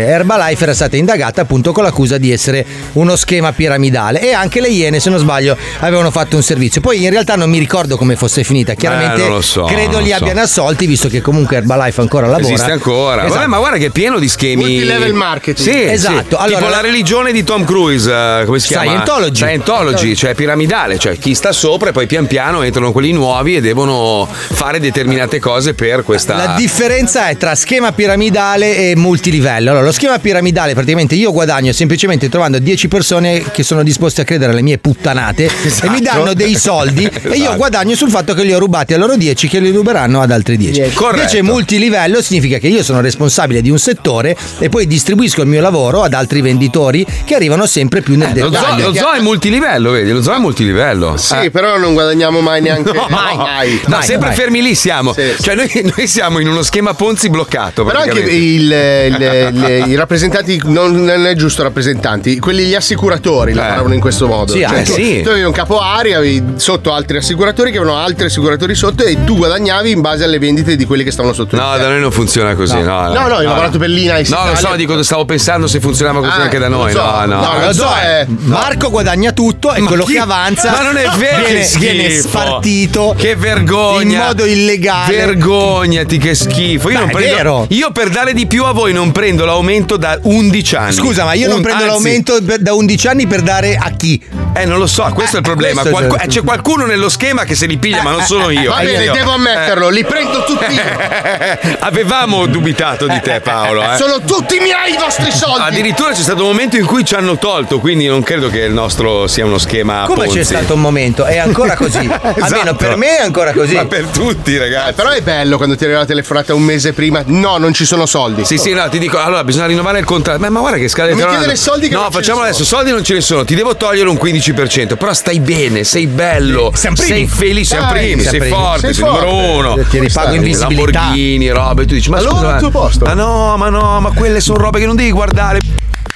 S9: Herbalife era stata indagata appunto con l'accusa di essere uno schema piramidale e anche le Iene, se non sbaglio, avevano fatto un servizio. Poi in realtà non mi ricordo come fosse finita. Chiaramente
S2: Eh, non lo so,
S9: credo
S2: non
S9: li
S2: lo so.
S9: abbiano assolti, visto che comunque Herbalife ancora lavora.
S2: Esiste ancora.
S9: Esatto.
S2: Vabbè, ma guarda che è pieno di schemi.
S9: Multilevel marketing.
S2: Sì,
S9: Esatto.
S2: sì. Tipo
S9: Allora,
S2: la
S9: la-
S2: religione di Tom Cruise, eh, come si chiama?
S9: Scientology.
S2: Scientology, cioè piramidale, cioè chi sta sopra e poi pian piano entrano quelli nuovi e devono fare determinate cose per questa.
S9: La differenza è tra schema piramidale e multilivello. Allora, lo schema piramidale, praticamente io guadagno semplicemente trovando 10 persone che sono disposte a credere alle mie puttanate
S4: Esatto.
S9: e mi danno dei soldi e io
S4: Esatto.
S9: guadagno sul fatto che li ho rubati a loro 10 che li ruberanno ad altri 10.
S4: Corretto.
S9: Invece multilivello significa che io sono responsabile di un settore e poi distribuisco il mio lavoro ad altri venditori che arrivano sempre più nel
S2: Eh, lo, zoo,
S9: dettaglio.
S2: lo zoo è multilivello, vedi? Lo zoo è multilivello.
S6: Sì,
S2: Eh.
S6: però non guadagniamo mai neanche.
S2: No,
S6: mai, mai.
S2: No, sempre fermi lì siamo. Cioè, noi, noi siamo in uno schema Ponzi bloccato.
S6: Però anche
S2: praticamente.
S6: il- il- il- i rappresentanti, non, non è giusto rappresentanti, quelli gli assicuratori lavoravano in questo modo.
S2: Eh.
S6: Cioè,
S2: Sì,
S6: tu,
S2: eh, sì.
S6: tu avevi un capo aria, avevi sotto altri assicuratori che avevano altri assicuratori sotto e tu guadagnavi in base alle vendite di quelli che stavano sotto.
S2: No, da noi non funziona così. No, no,
S6: No, no, io ho lavorato per l'Inail
S2: No, lo
S6: Italia.
S2: so, dico, stavo pensando se funzionava così
S6: Ah,
S2: anche da
S6: lo
S2: noi.
S6: so.
S2: No, no.
S9: No, lo zoo è Marco guadagna tutto e
S2: Ma
S9: quello
S2: chi-
S9: che avanza
S2: Ma non è vero,
S9: viene,
S2: che schifo.
S9: viene spartito
S2: Che vergogna.
S9: in modo illegale.
S2: Vergognati, che schifo. Io,
S9: Beh,
S2: non
S9: è
S2: prendo,
S9: vero.
S2: io per dare di più a voi non prendo l'aumento da 11 anni.
S9: Scusa, ma io non
S2: Un-
S9: prendo
S2: anzi,
S9: l'aumento per- da 11 anni per dare a chi?
S2: Eh, non lo so, questo è il problema.
S9: questo è-
S2: Qualcu- eh, c'è qualcuno nello schema che se li piglia, ma non sono io.
S6: Eh, Va bene,
S2: Io.
S6: devo ammetterlo,
S2: Eh.
S6: li prendo tutti io.
S2: Avevamo dubitato di te, Paolo. eh. Ah,
S6: Sono tutti miei i vostri soldi.
S2: Addirittura c'è stato un momento in cui ci hanno tolto, quindi non credo che il nostro sia uno schema.
S9: Come
S2: Ponzi.
S9: c'è stato un momento? È ancora così.
S2: Esatto.
S9: Almeno per me è ancora così.
S2: Ma per tutti, ragazzi.
S6: Però è bello quando ti arriva la telefonata un mese prima. No, non ci sono soldi.
S2: Sì, sì, no, ti dico, allora bisogna rinnovare il contratto. Ma, ma guarda che scade
S6: Non mi
S2: però-
S6: chiedere soldi che
S2: No,
S6: non ce ne
S2: facciamo
S6: sono.
S2: adesso, soldi non ce ne sono, ti devo togliere un 15%, però stai bene, sei bello,
S9: Siamo primi.
S2: sei felice, siamo
S9: Dai,
S2: primi,
S9: siamo
S2: sei
S9: primi.
S2: forte, sei,
S9: Sei forte.
S2: numero uno.
S9: Ti ripago
S2: Stai,
S9: invisibilità.
S2: Lamborghini, robe, tu dici, ma
S9: Allora,
S2: scusa,
S9: al tuo posto.
S2: ma no, ma no, ma quelle sono robe che non devi guardare.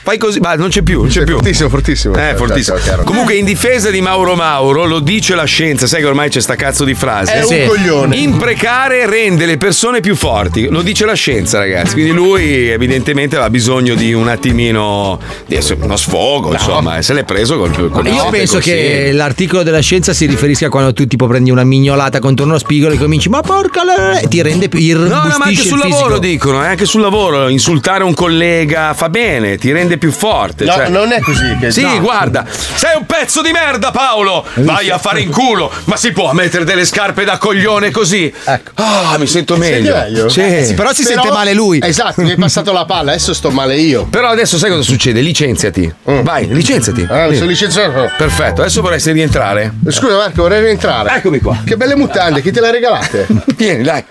S2: Fai così, ma non c'è più, non c'è più.
S6: Fortissimo, fortissimo.
S2: Eh, fortissimo. Comunque, in difesa di Mauro Mauro, lo dice la scienza, sai che ormai c'è sta cazzo di frase.
S6: È un Sì. coglione.
S2: Imprecare rende le persone più forti, lo dice la scienza, ragazzi. Quindi lui, evidentemente, aveva bisogno di un attimino di essere- uno sfogo, insomma, e se l'è preso col, col
S9: Io
S2: col-
S9: penso
S2: col-
S9: che
S2: sì.
S9: l'articolo della scienza si riferisca a quando tu tipo prendi una mignolata contro uno spigolo e cominci ma porca la... e ti rende più
S2: No, no, ma anche
S9: irrobustisce
S2: sul
S9: il
S2: lavoro
S9: fisico.
S2: dicono, eh, anche sul lavoro insultare un collega fa bene, ti rende più forte.
S6: No,
S2: cioè-
S6: non è così. Che
S2: Sì,
S6: no.
S2: guarda, sei un pezzo di merda, Paolo. Vai a fare in culo, ma si può mettere delle scarpe da coglione così? Ah, mi sento
S6: Ecco. Senti
S2: meglio.
S6: meglio?
S2: Sì.
S6: Eh sì,
S9: sente male lui.
S6: Esatto, mi è passato la palla, adesso sto male io.
S2: Però adesso sai cosa succede? Licenziati. Vai, licenziati.
S6: Mm. Ah, mi
S2: Sì.
S6: sono licenziato.
S2: Perfetto, adesso vorresti rientrare.
S6: Scusa Marco, vorrei rientrare.
S2: Eccomi qua.
S6: Che belle mutande, chi te le ha regalate?
S2: Vieni, dai.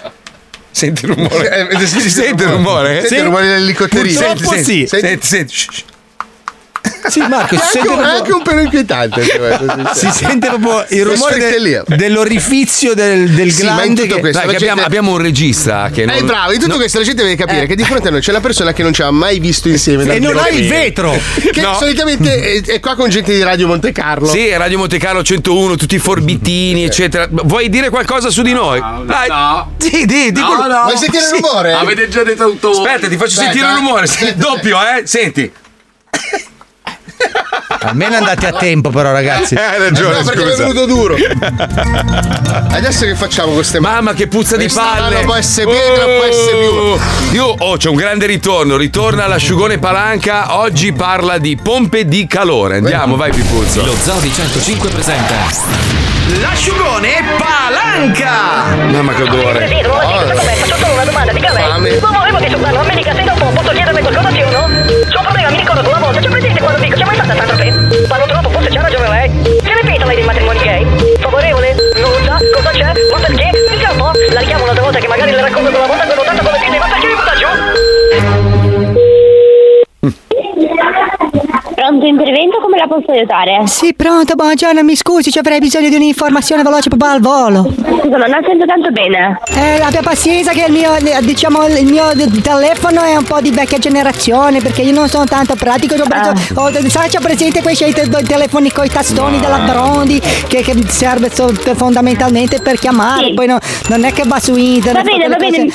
S2: Senti il rumore.
S6: Eh, eh,
S2: si sente il rumore?
S6: Senti il rumore dell'elicotterino.
S2: Senti,
S6: Purtroppo
S2: senti,
S6: sì.
S2: senti, senti. Shh, shh.
S9: Sì, Marco,
S6: è
S9: si sente
S6: anche,
S9: proprio-
S6: anche un pelo inquietante. se vuoi, così.
S9: Si sente proprio il
S6: Lo
S9: rumore de-
S6: scrittellio.
S9: dell'orifizio del, del
S6: Sì, ma in
S9: glande.
S6: tutto
S9: che-
S6: questo
S9: Dai,
S6: la
S9: che abbiamo-
S6: gente-
S2: Abbiamo un regista che non...
S6: Eh, bravo, di tutto
S2: no-
S6: questo la gente deve capire che di fronte a noi c'è la persona che non ci ha mai visto insieme. dal
S9: Eh. E non
S6: vivo.
S9: ha il vetro.
S6: Che
S2: No.
S6: solitamente è, è qua con gente di Radio Monte Carlo.
S2: Sì, Radio Monte Carlo 101, tutti i forbitini, eccetera. Vuoi dire qualcosa su di noi? Dai. Sì, di, di quello-
S6: Vuoi sentire
S2: Sì.
S6: il rumore?
S2: Avete
S6: già detto tutto.
S2: Aspetta, ti faccio sentire il rumore. Senti, doppio, eh? Senti.
S9: Almeno andate a tempo, però,
S2: Eh,
S9: ragazzi.
S6: Hai ragione, No, perché mi è scusa. venuto duro. Adesso che facciamo queste
S2: Mamma che puzza di palle.
S6: può essere pietra,
S9: Oh.
S6: può essere più.
S2: Io oh, c'è un grande ritorno, ritorna l'asciugone palanca, oggi parla di pompe di calore. Andiamo, vai Pipuzzo. Lo Zoo di 105 presenta.
S4: L'asciugone palanca!
S2: Mamma che odore.
S4: Solo una domanda, dica lei. Non volevo che sono domenica, se dopo posso chiederle qualcosa sì o no? C'è un problema, mi ricordo una volta, c'è presente quando dico, c'è mai stata tanto che? Parlo troppo, forse c'ha ragione lei. Che ne pensa lei dei matrimoni gay? Favorevole? Nulla? Cosa c'è? Ma perché? Dica un po', la richiamo un'altra volta che magari le racconto quella volta che l'ho tanto come dite, ma perché mi butta giù?
S5: Pronto intervento, come la posso aiutare?
S16: Sì, pronto, buongiorno, mi scusi, ci avrei bisogno di un'informazione veloce proprio al volo.
S5: Sono non sento tanto bene.
S16: Eh, abbia pazienza che il mio, eh, diciamo, il mio de- telefono è un po' di vecchia generazione, perché io non sono tanto
S5: Ah.
S16: pratico, ho preso, ho, sai, c'ho presente quei scelti telefoni con i tastoni della Brondi, che, che serve so- fondamentalmente per chiamare, poi no- non è che va su internet.
S5: Va bene,
S16: fa
S5: va
S16: quelle
S5: bene.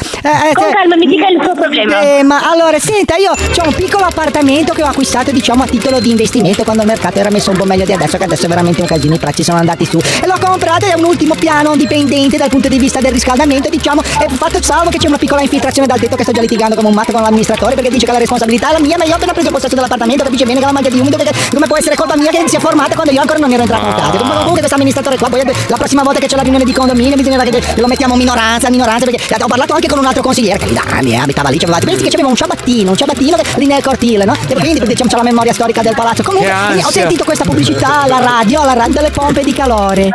S5: Con calma, mi dica il suo problema.
S16: Eh, ma allora, senta, io ho un piccolo appartamento che ho acquistato, diciamo, a titolo di investimento quando il mercato era messo un po' meglio di adesso, che adesso è veramente un casino, i prezzi sono andati su. E l'ho comprato è un ultimo piano dipendente dal punto di vista del riscaldamento, diciamo, e fatto salvo che c'è una piccola infiltrazione dal tetto che sto già litigando come un matto con l'amministratore perché dice che la responsabilità è la mia, ma io ho appena preso possesso dell'appartamento, capisce bene che la manca di umido, perché come può essere colpa mia che si è formata quando io ancora non ero entrato in casa. Comunque comunque questo amministratore qua, poi la prossima volta che c'è la riunione di condominio bisognerà che lo mettiamo minoranza, minoranza, perché ho parlato anche con un altro consigliere che lì da anni eh, abitava lì, c'aveva, pensi che c'aveva un ciabattino, un ciabattino che- lì nel cortile, no? E quindi diciamo c'è la memoria storica del palazzo. Comunque
S4: Che ansia.
S16: ho sentito questa pubblicità alla radio, alla radio delle pompe di calore.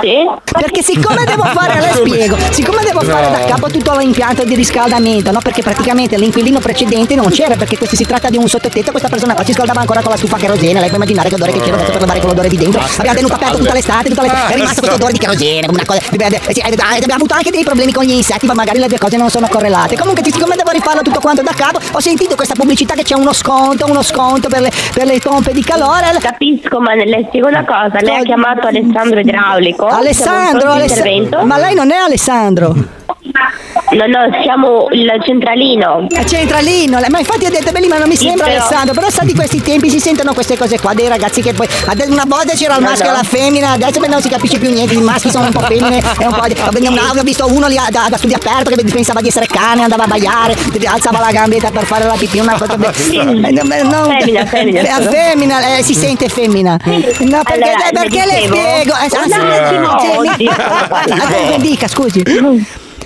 S16: Perché siccome devo fare, le spiego, siccome devo fare da capo tutto l'impianto di riscaldamento, no? Perché praticamente l'inquilino precedente non c'era, perché questo si tratta di un sottotetto, questa persona qua si scaldava ancora con la stufa a kerosene, lei può immaginare che odore che c'era adesso per lavare quell'odore di dentro. Abbiamo tenuto aperto tutta l'estate, tutta l'estate, è rimasto questo odore di kerosene, come una cosa. eh, sì, eh, abbiamo avuto anche dei problemi con gli insetti, ma magari le due cose non sono correlate. Comunque, siccome devo rifarlo tutto quanto da capo, ho sentito questa pubblicità che c'è uno sconto, uno sconto per le, per le pompe di calore.
S5: Capisco, ma le spiego una cosa, lei ha chiamato Alessandro Idraulico.
S16: Alessandro,
S5: Siamo in
S16: Aless-
S5: intervento.
S16: ma lei non è Alessandro.
S5: No, no, siamo il centralino.
S16: È centralino, Eh, ma infatti ho detto beh, lì, ma non mi
S5: Sì,
S16: sembra
S5: però-
S16: Alessandro, però sa di questi tempi si sentono queste cose qua dei ragazzi che poi ade- una volta c'era il
S5: No,
S16: maschio e
S5: no.
S16: la femmina, adesso beh, non si capisce più niente, i maschi sono un po' femmine e un po' di- ho- no, ho visto uno lì a, da, da studio aperto che pensava di essere cane, andava a baiare, alzava la gambetta per fare la pipì, una cosa
S5: Sì.
S16: Eh, no, beh, non-
S5: Femmina, femmina,
S16: Eh,
S5: solo.
S16: femmina, eh, si sente femmina. No, perché,
S5: Allora,
S16: eh, perché
S5: le
S16: le
S5: dicevo-
S16: spiego? Eh, anzi,
S5: Un attimo,
S16: sì,
S5: oh,
S16: no.
S5: Dio.
S16: Ah, dica, scusi.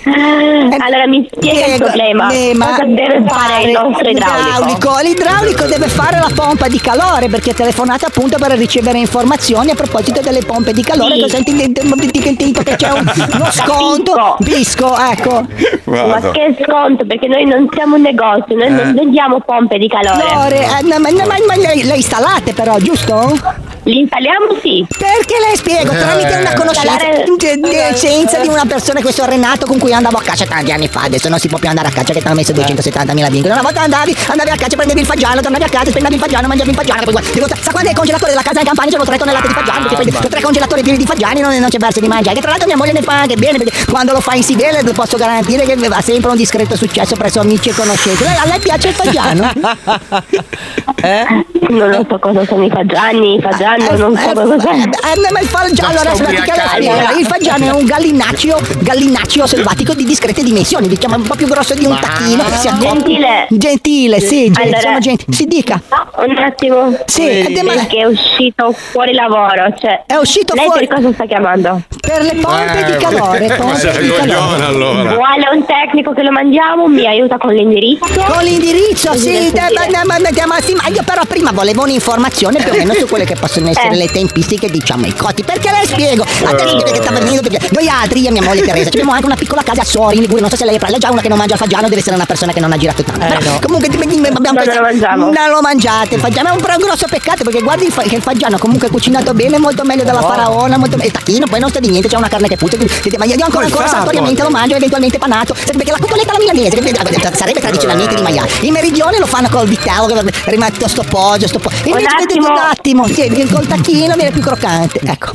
S5: Mm, Allora mi spiega il
S16: Prego,
S5: problema.
S16: eh, ma-
S5: Cosa deve fare il nostro idraulico?
S16: L'idraulico deve fare la pompa di calore perché è telefonata appunto per ricevere informazioni a proposito delle pompe di calore.
S5: Sì.
S16: Cosa intende- intende- intende- che c'è un- uno sconto? Disco, ecco.
S5: Ma che sconto, perché noi non siamo un negozio, noi non vendiamo pompe di
S16: Calore,
S5: calore.
S16: eh, no, ma, no, ma- ma le, le installate però, giusto?
S5: Le installiamo sì.
S16: Perché le spiego, tramite
S5: Eh.
S16: una conoscenza
S5: Installare-
S16: de- de- scienza di una persona, questo Renato con cui andavo a caccia tanti anni fa, adesso non si può più andare a caccia che ti hanno messo 270.000 vincoli. Una volta andavi, andavi a caccia, prendevi il fagiano, tornavi a casa, spendavi il fagiano, mangiavi il fagiano, poi guarda, devo- sa quando è il congelatore della casa in campagna c'erano tre tonnellate di fagiano, perché poi ho tre congelatori pieni di fagiani non, non c'è verso di mangiare. Che tra l'altro mia moglie ne fa anche bene, perché quando lo fa in Sibele lo posso garantire che ha sempre un discreto successo presso amici e conoscenti. Lei- A lei piace il fagiano?
S5: Non lo so cosa sono i fagiani, i fagiani, non so cosa sono.
S16: Ah, Eh, no, ma il fagiano, allora,
S5: sto
S16: aspetta, che la
S5: ubriacando.
S16: spiego. il fagiano è un gallinaccio, gallinaccio selvatico di discrete dimensioni, diciamo un po' più grosso di un tacchino. che si accoppia-
S5: Gentile.
S16: Gentile, sì, gen-
S5: Allora-
S16: sono gentili. Si dica.
S5: Un attimo.
S16: Sì, eh, de- ma-
S5: perché è uscito fuori lavoro, cioè È uscito lei
S16: fuori-
S5: per cosa sta chiamando?
S16: Per le pompe di calore, pompe di calore.
S5: Vuole un tecnico che lo mandiamo, mi aiuta con l'indirizzo.
S16: Con l'indirizzo,
S5: Così
S16: sì,
S5: adesso
S16: dai,
S5: dire.
S16: ma- ma- ma- ma- sì, ma io però prima volevo un'informazione più o meno su quelle che possono essere
S5: Eh.
S16: le tempistiche, diciamo, i cotti. Perché le spiego? Attenzione perché sta venendo perché noi altri, io e mia moglie Teresa, abbiamo anche una piccola casa a Sori in Liguria, non so se lei è lei è già una che non mangia il fagiano, deve essere una persona che non ha girato tanto. Però comunque ti- ti- abbiamo
S5: Eh, Non lo mangiamo.
S16: Non lo mangiate, il fagiano è un, però un grosso peccato perché guardi il fa- che il fagiano comunque è cucinato bene, molto meglio della
S5: Oh.
S16: faraona, molto e il tacchino, poi non sta di niente, c'è una carne che puzza, quindi- ma io ancora
S5: Poi
S16: ancora
S5: fa,
S16: sartoriamente lo
S5: poi.
S16: mangio, eventualmente panato, Cioè, perché la cotoletta alla milanese, che- sarebbe tradizionalmente di maiale. In meridione lo fanno col vitello, che rimane tutto sto poggio, sto poggio. Invece vedete un attimo, sì, col tacchino viene più croccante. Ecco.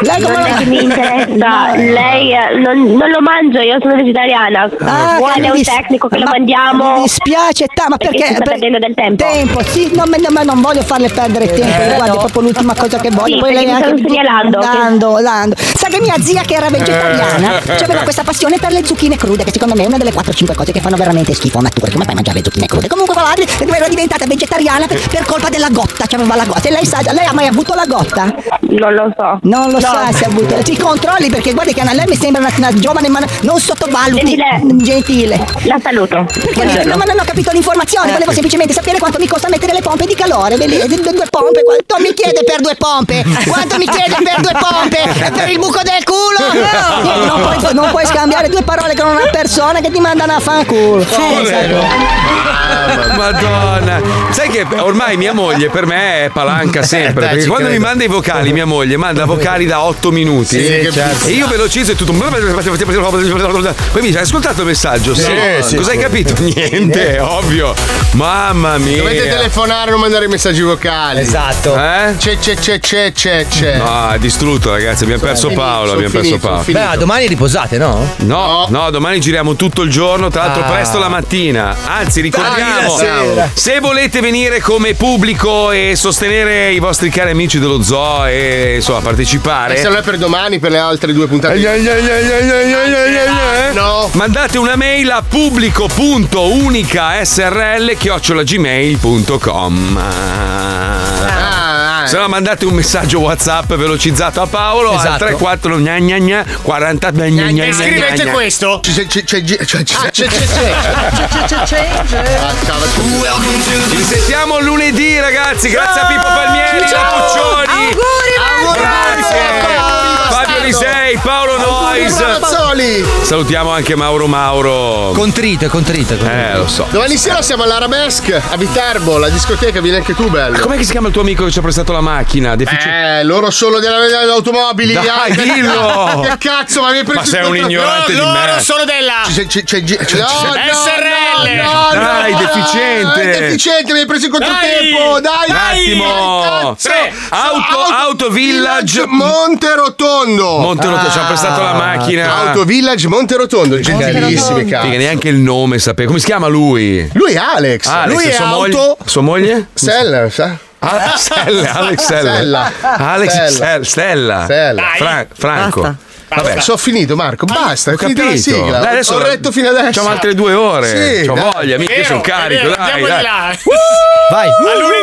S5: Lei
S16: come-
S5: non è che mi interessa, lei eh, non, non lo mangio, io sono vegetariana.
S16: Ah,
S5: Vuole
S16: quindi
S5: un
S16: dis-
S5: tecnico che lo
S16: ma-
S5: mandiamo.
S16: Mi dispiace, ta- ma perché?
S5: Perché si sta perdendo
S16: del tempo. sì, no, ma, no, ma non voglio farle perdere tempo.
S5: Eh, no.
S16: guarda, è proprio l'ultima cosa che voglio.
S5: Sì,
S16: Poi lei
S5: perché mi
S16: anche
S5: stanno
S16: mi-
S5: segnalando che-
S16: Dando, dando. Sa che mia zia, che era vegetariana,
S5: Eh.
S16: cioè, aveva questa passione per le zucchine crude, che secondo me è una delle 4-5 cose che fanno veramente schifo a natura. Come fai a mangiare le zucchine crude? Comunque, quella lì era diventata vegetariana per, per colpa della gotta. Cioè, aveva la gotta. E lei sa, lei ha mai avuto la gotta?
S5: Non lo so.
S16: Non
S5: No.
S16: lo sa se ha avuto. Ti controlli perché guarda che Anna, lei mi sembra una, una giovane ma non sottovaluti. Gentile.
S5: La saluto.
S16: Perché
S5: Buongiorno.
S16: no, ma non ho capito l'informazione, volevo semplicemente sapere quanto mi costa mettere le pompe di calore. Ve le- Due, due pompe, quanto mi chiede per due pompe? Quanto mi chiede per due pompe? E per il buco del culo? Niente, Non puoi, non puoi scambiare due parole con una persona che ti mandano a fanculo. Eh,
S2: Madonna, sai che ormai mia moglie per me è palanca sempre.
S20: Eh, dai,
S2: perché
S20: ci
S2: quando
S20: credo.
S2: mi manda i vocali, mia moglie manda vocali da 8 minuti.
S20: Sì, che certo.
S2: E io velocizzo e tutto. Poi mi dice: Hai ascoltato il messaggio?
S6: Sì, sì,
S2: Cos'hai
S6: sì.
S2: capito? Niente, ovvio. Mamma mia.
S6: Dovete telefonare, non mandare messaggi vocali.
S9: Esatto.
S2: Eh?
S6: C'è, c'è, c'è, c'è, c'è, c'è.
S2: No, è distrutto, ragazzi. Abbiamo perso
S6: finito,
S2: Paolo.
S6: sono
S2: Abbiamo perso
S6: finito,
S2: Paolo.
S6: sono finito. Beh,
S9: domani riposate, no?
S2: No, no, domani giriamo tutto il giorno, tra l'altro
S9: Ah.
S2: presto la mattina. Anzi, ricordiamo,
S9: Dai, la sera.
S2: se volete venire come pubblico e sostenere i vostri cari amici dello zoo e insomma partecipare.
S6: E se non è per domani, per le altre due puntate.
S2: Ai, ai, ai, ai, ai, ai, ai, ai, ai, ai.
S6: No.
S2: Mandate una mail a pubblico.unicasrl-gmail.com
S6: Ah,
S2: Se no mandate un messaggio WhatsApp velocizzato a Paolo al
S6: Esatto.
S2: 34 gna gna gna 40 gna gna gna gna gna.
S6: questo. C'è, c'è, c'è, c'è, c'è, c'è, c'è,
S2: Ci sentiamo lunedì, ragazzi. Grazie a Pippo Palmieri,
S4: Ah, Ciao.
S2: la Puccioni.
S4: Auguri,
S2: Grazie. Fabio Lisei, Paolo Nois. Salutiamo anche Mauro Mauro.
S9: Contrito, contrito.
S2: Eh, lo so.
S6: Domani sera siamo all'Arabesque a Viterbo, la discoteca, vieni anche tu, bello.
S2: Com'è che si chiama il tuo amico che ci ha prestato la macchina? Defici-
S6: Eh, loro solo della delle automobili.
S2: Dai,
S6: ah, che-
S2: dillo.
S6: Che cazzo, ma mi hai preso
S2: Ma sei
S6: il
S2: un
S6: controllo?
S2: ignorante di merda.
S6: della. C'è, c'è, c'è, c'è, no, no,
S4: SRL.
S6: No, no,
S2: Dai,
S6: no,
S2: deficiente.
S6: è deficiente, mi hai preso il controtempo. Dai,
S2: Un attimo.
S6: Cazzo.
S2: Tre. Auto,
S6: Auto-
S2: auto Village.
S6: Monte Rotondo. Ah.
S2: Monte Rotondo, ci ha prestato la macchina.
S6: Auto Village Monte Rotondo, gentilissimi
S2: Figa,
S6: cazzo.
S2: neanche il nome sapeva. Come si chiama lui?
S6: Lui è Alex.
S2: Ah, Alex,
S6: Lui è
S2: sua
S6: auto-
S2: moglie- Sua moglie?
S6: Sella, sa?
S2: Ah, Stella, Alex Stella.
S6: Stella.
S2: Alex
S6: Stella.
S2: Stella. Stella.
S6: Stella.
S2: Fran- Franco. Ah,
S6: Vabbè, sono finito Marco, basta,
S2: Ho
S6: è finita la
S2: capito.
S6: sigla.
S2: Dai, adesso
S6: Ho retto fino adesso.
S2: facciamo altre due ore.
S6: Sì,
S2: C'ho
S6: dai.
S2: voglia, mica io sono carico. dai, dai.
S6: Vai.
S2: A lunedì.
S6: Eh.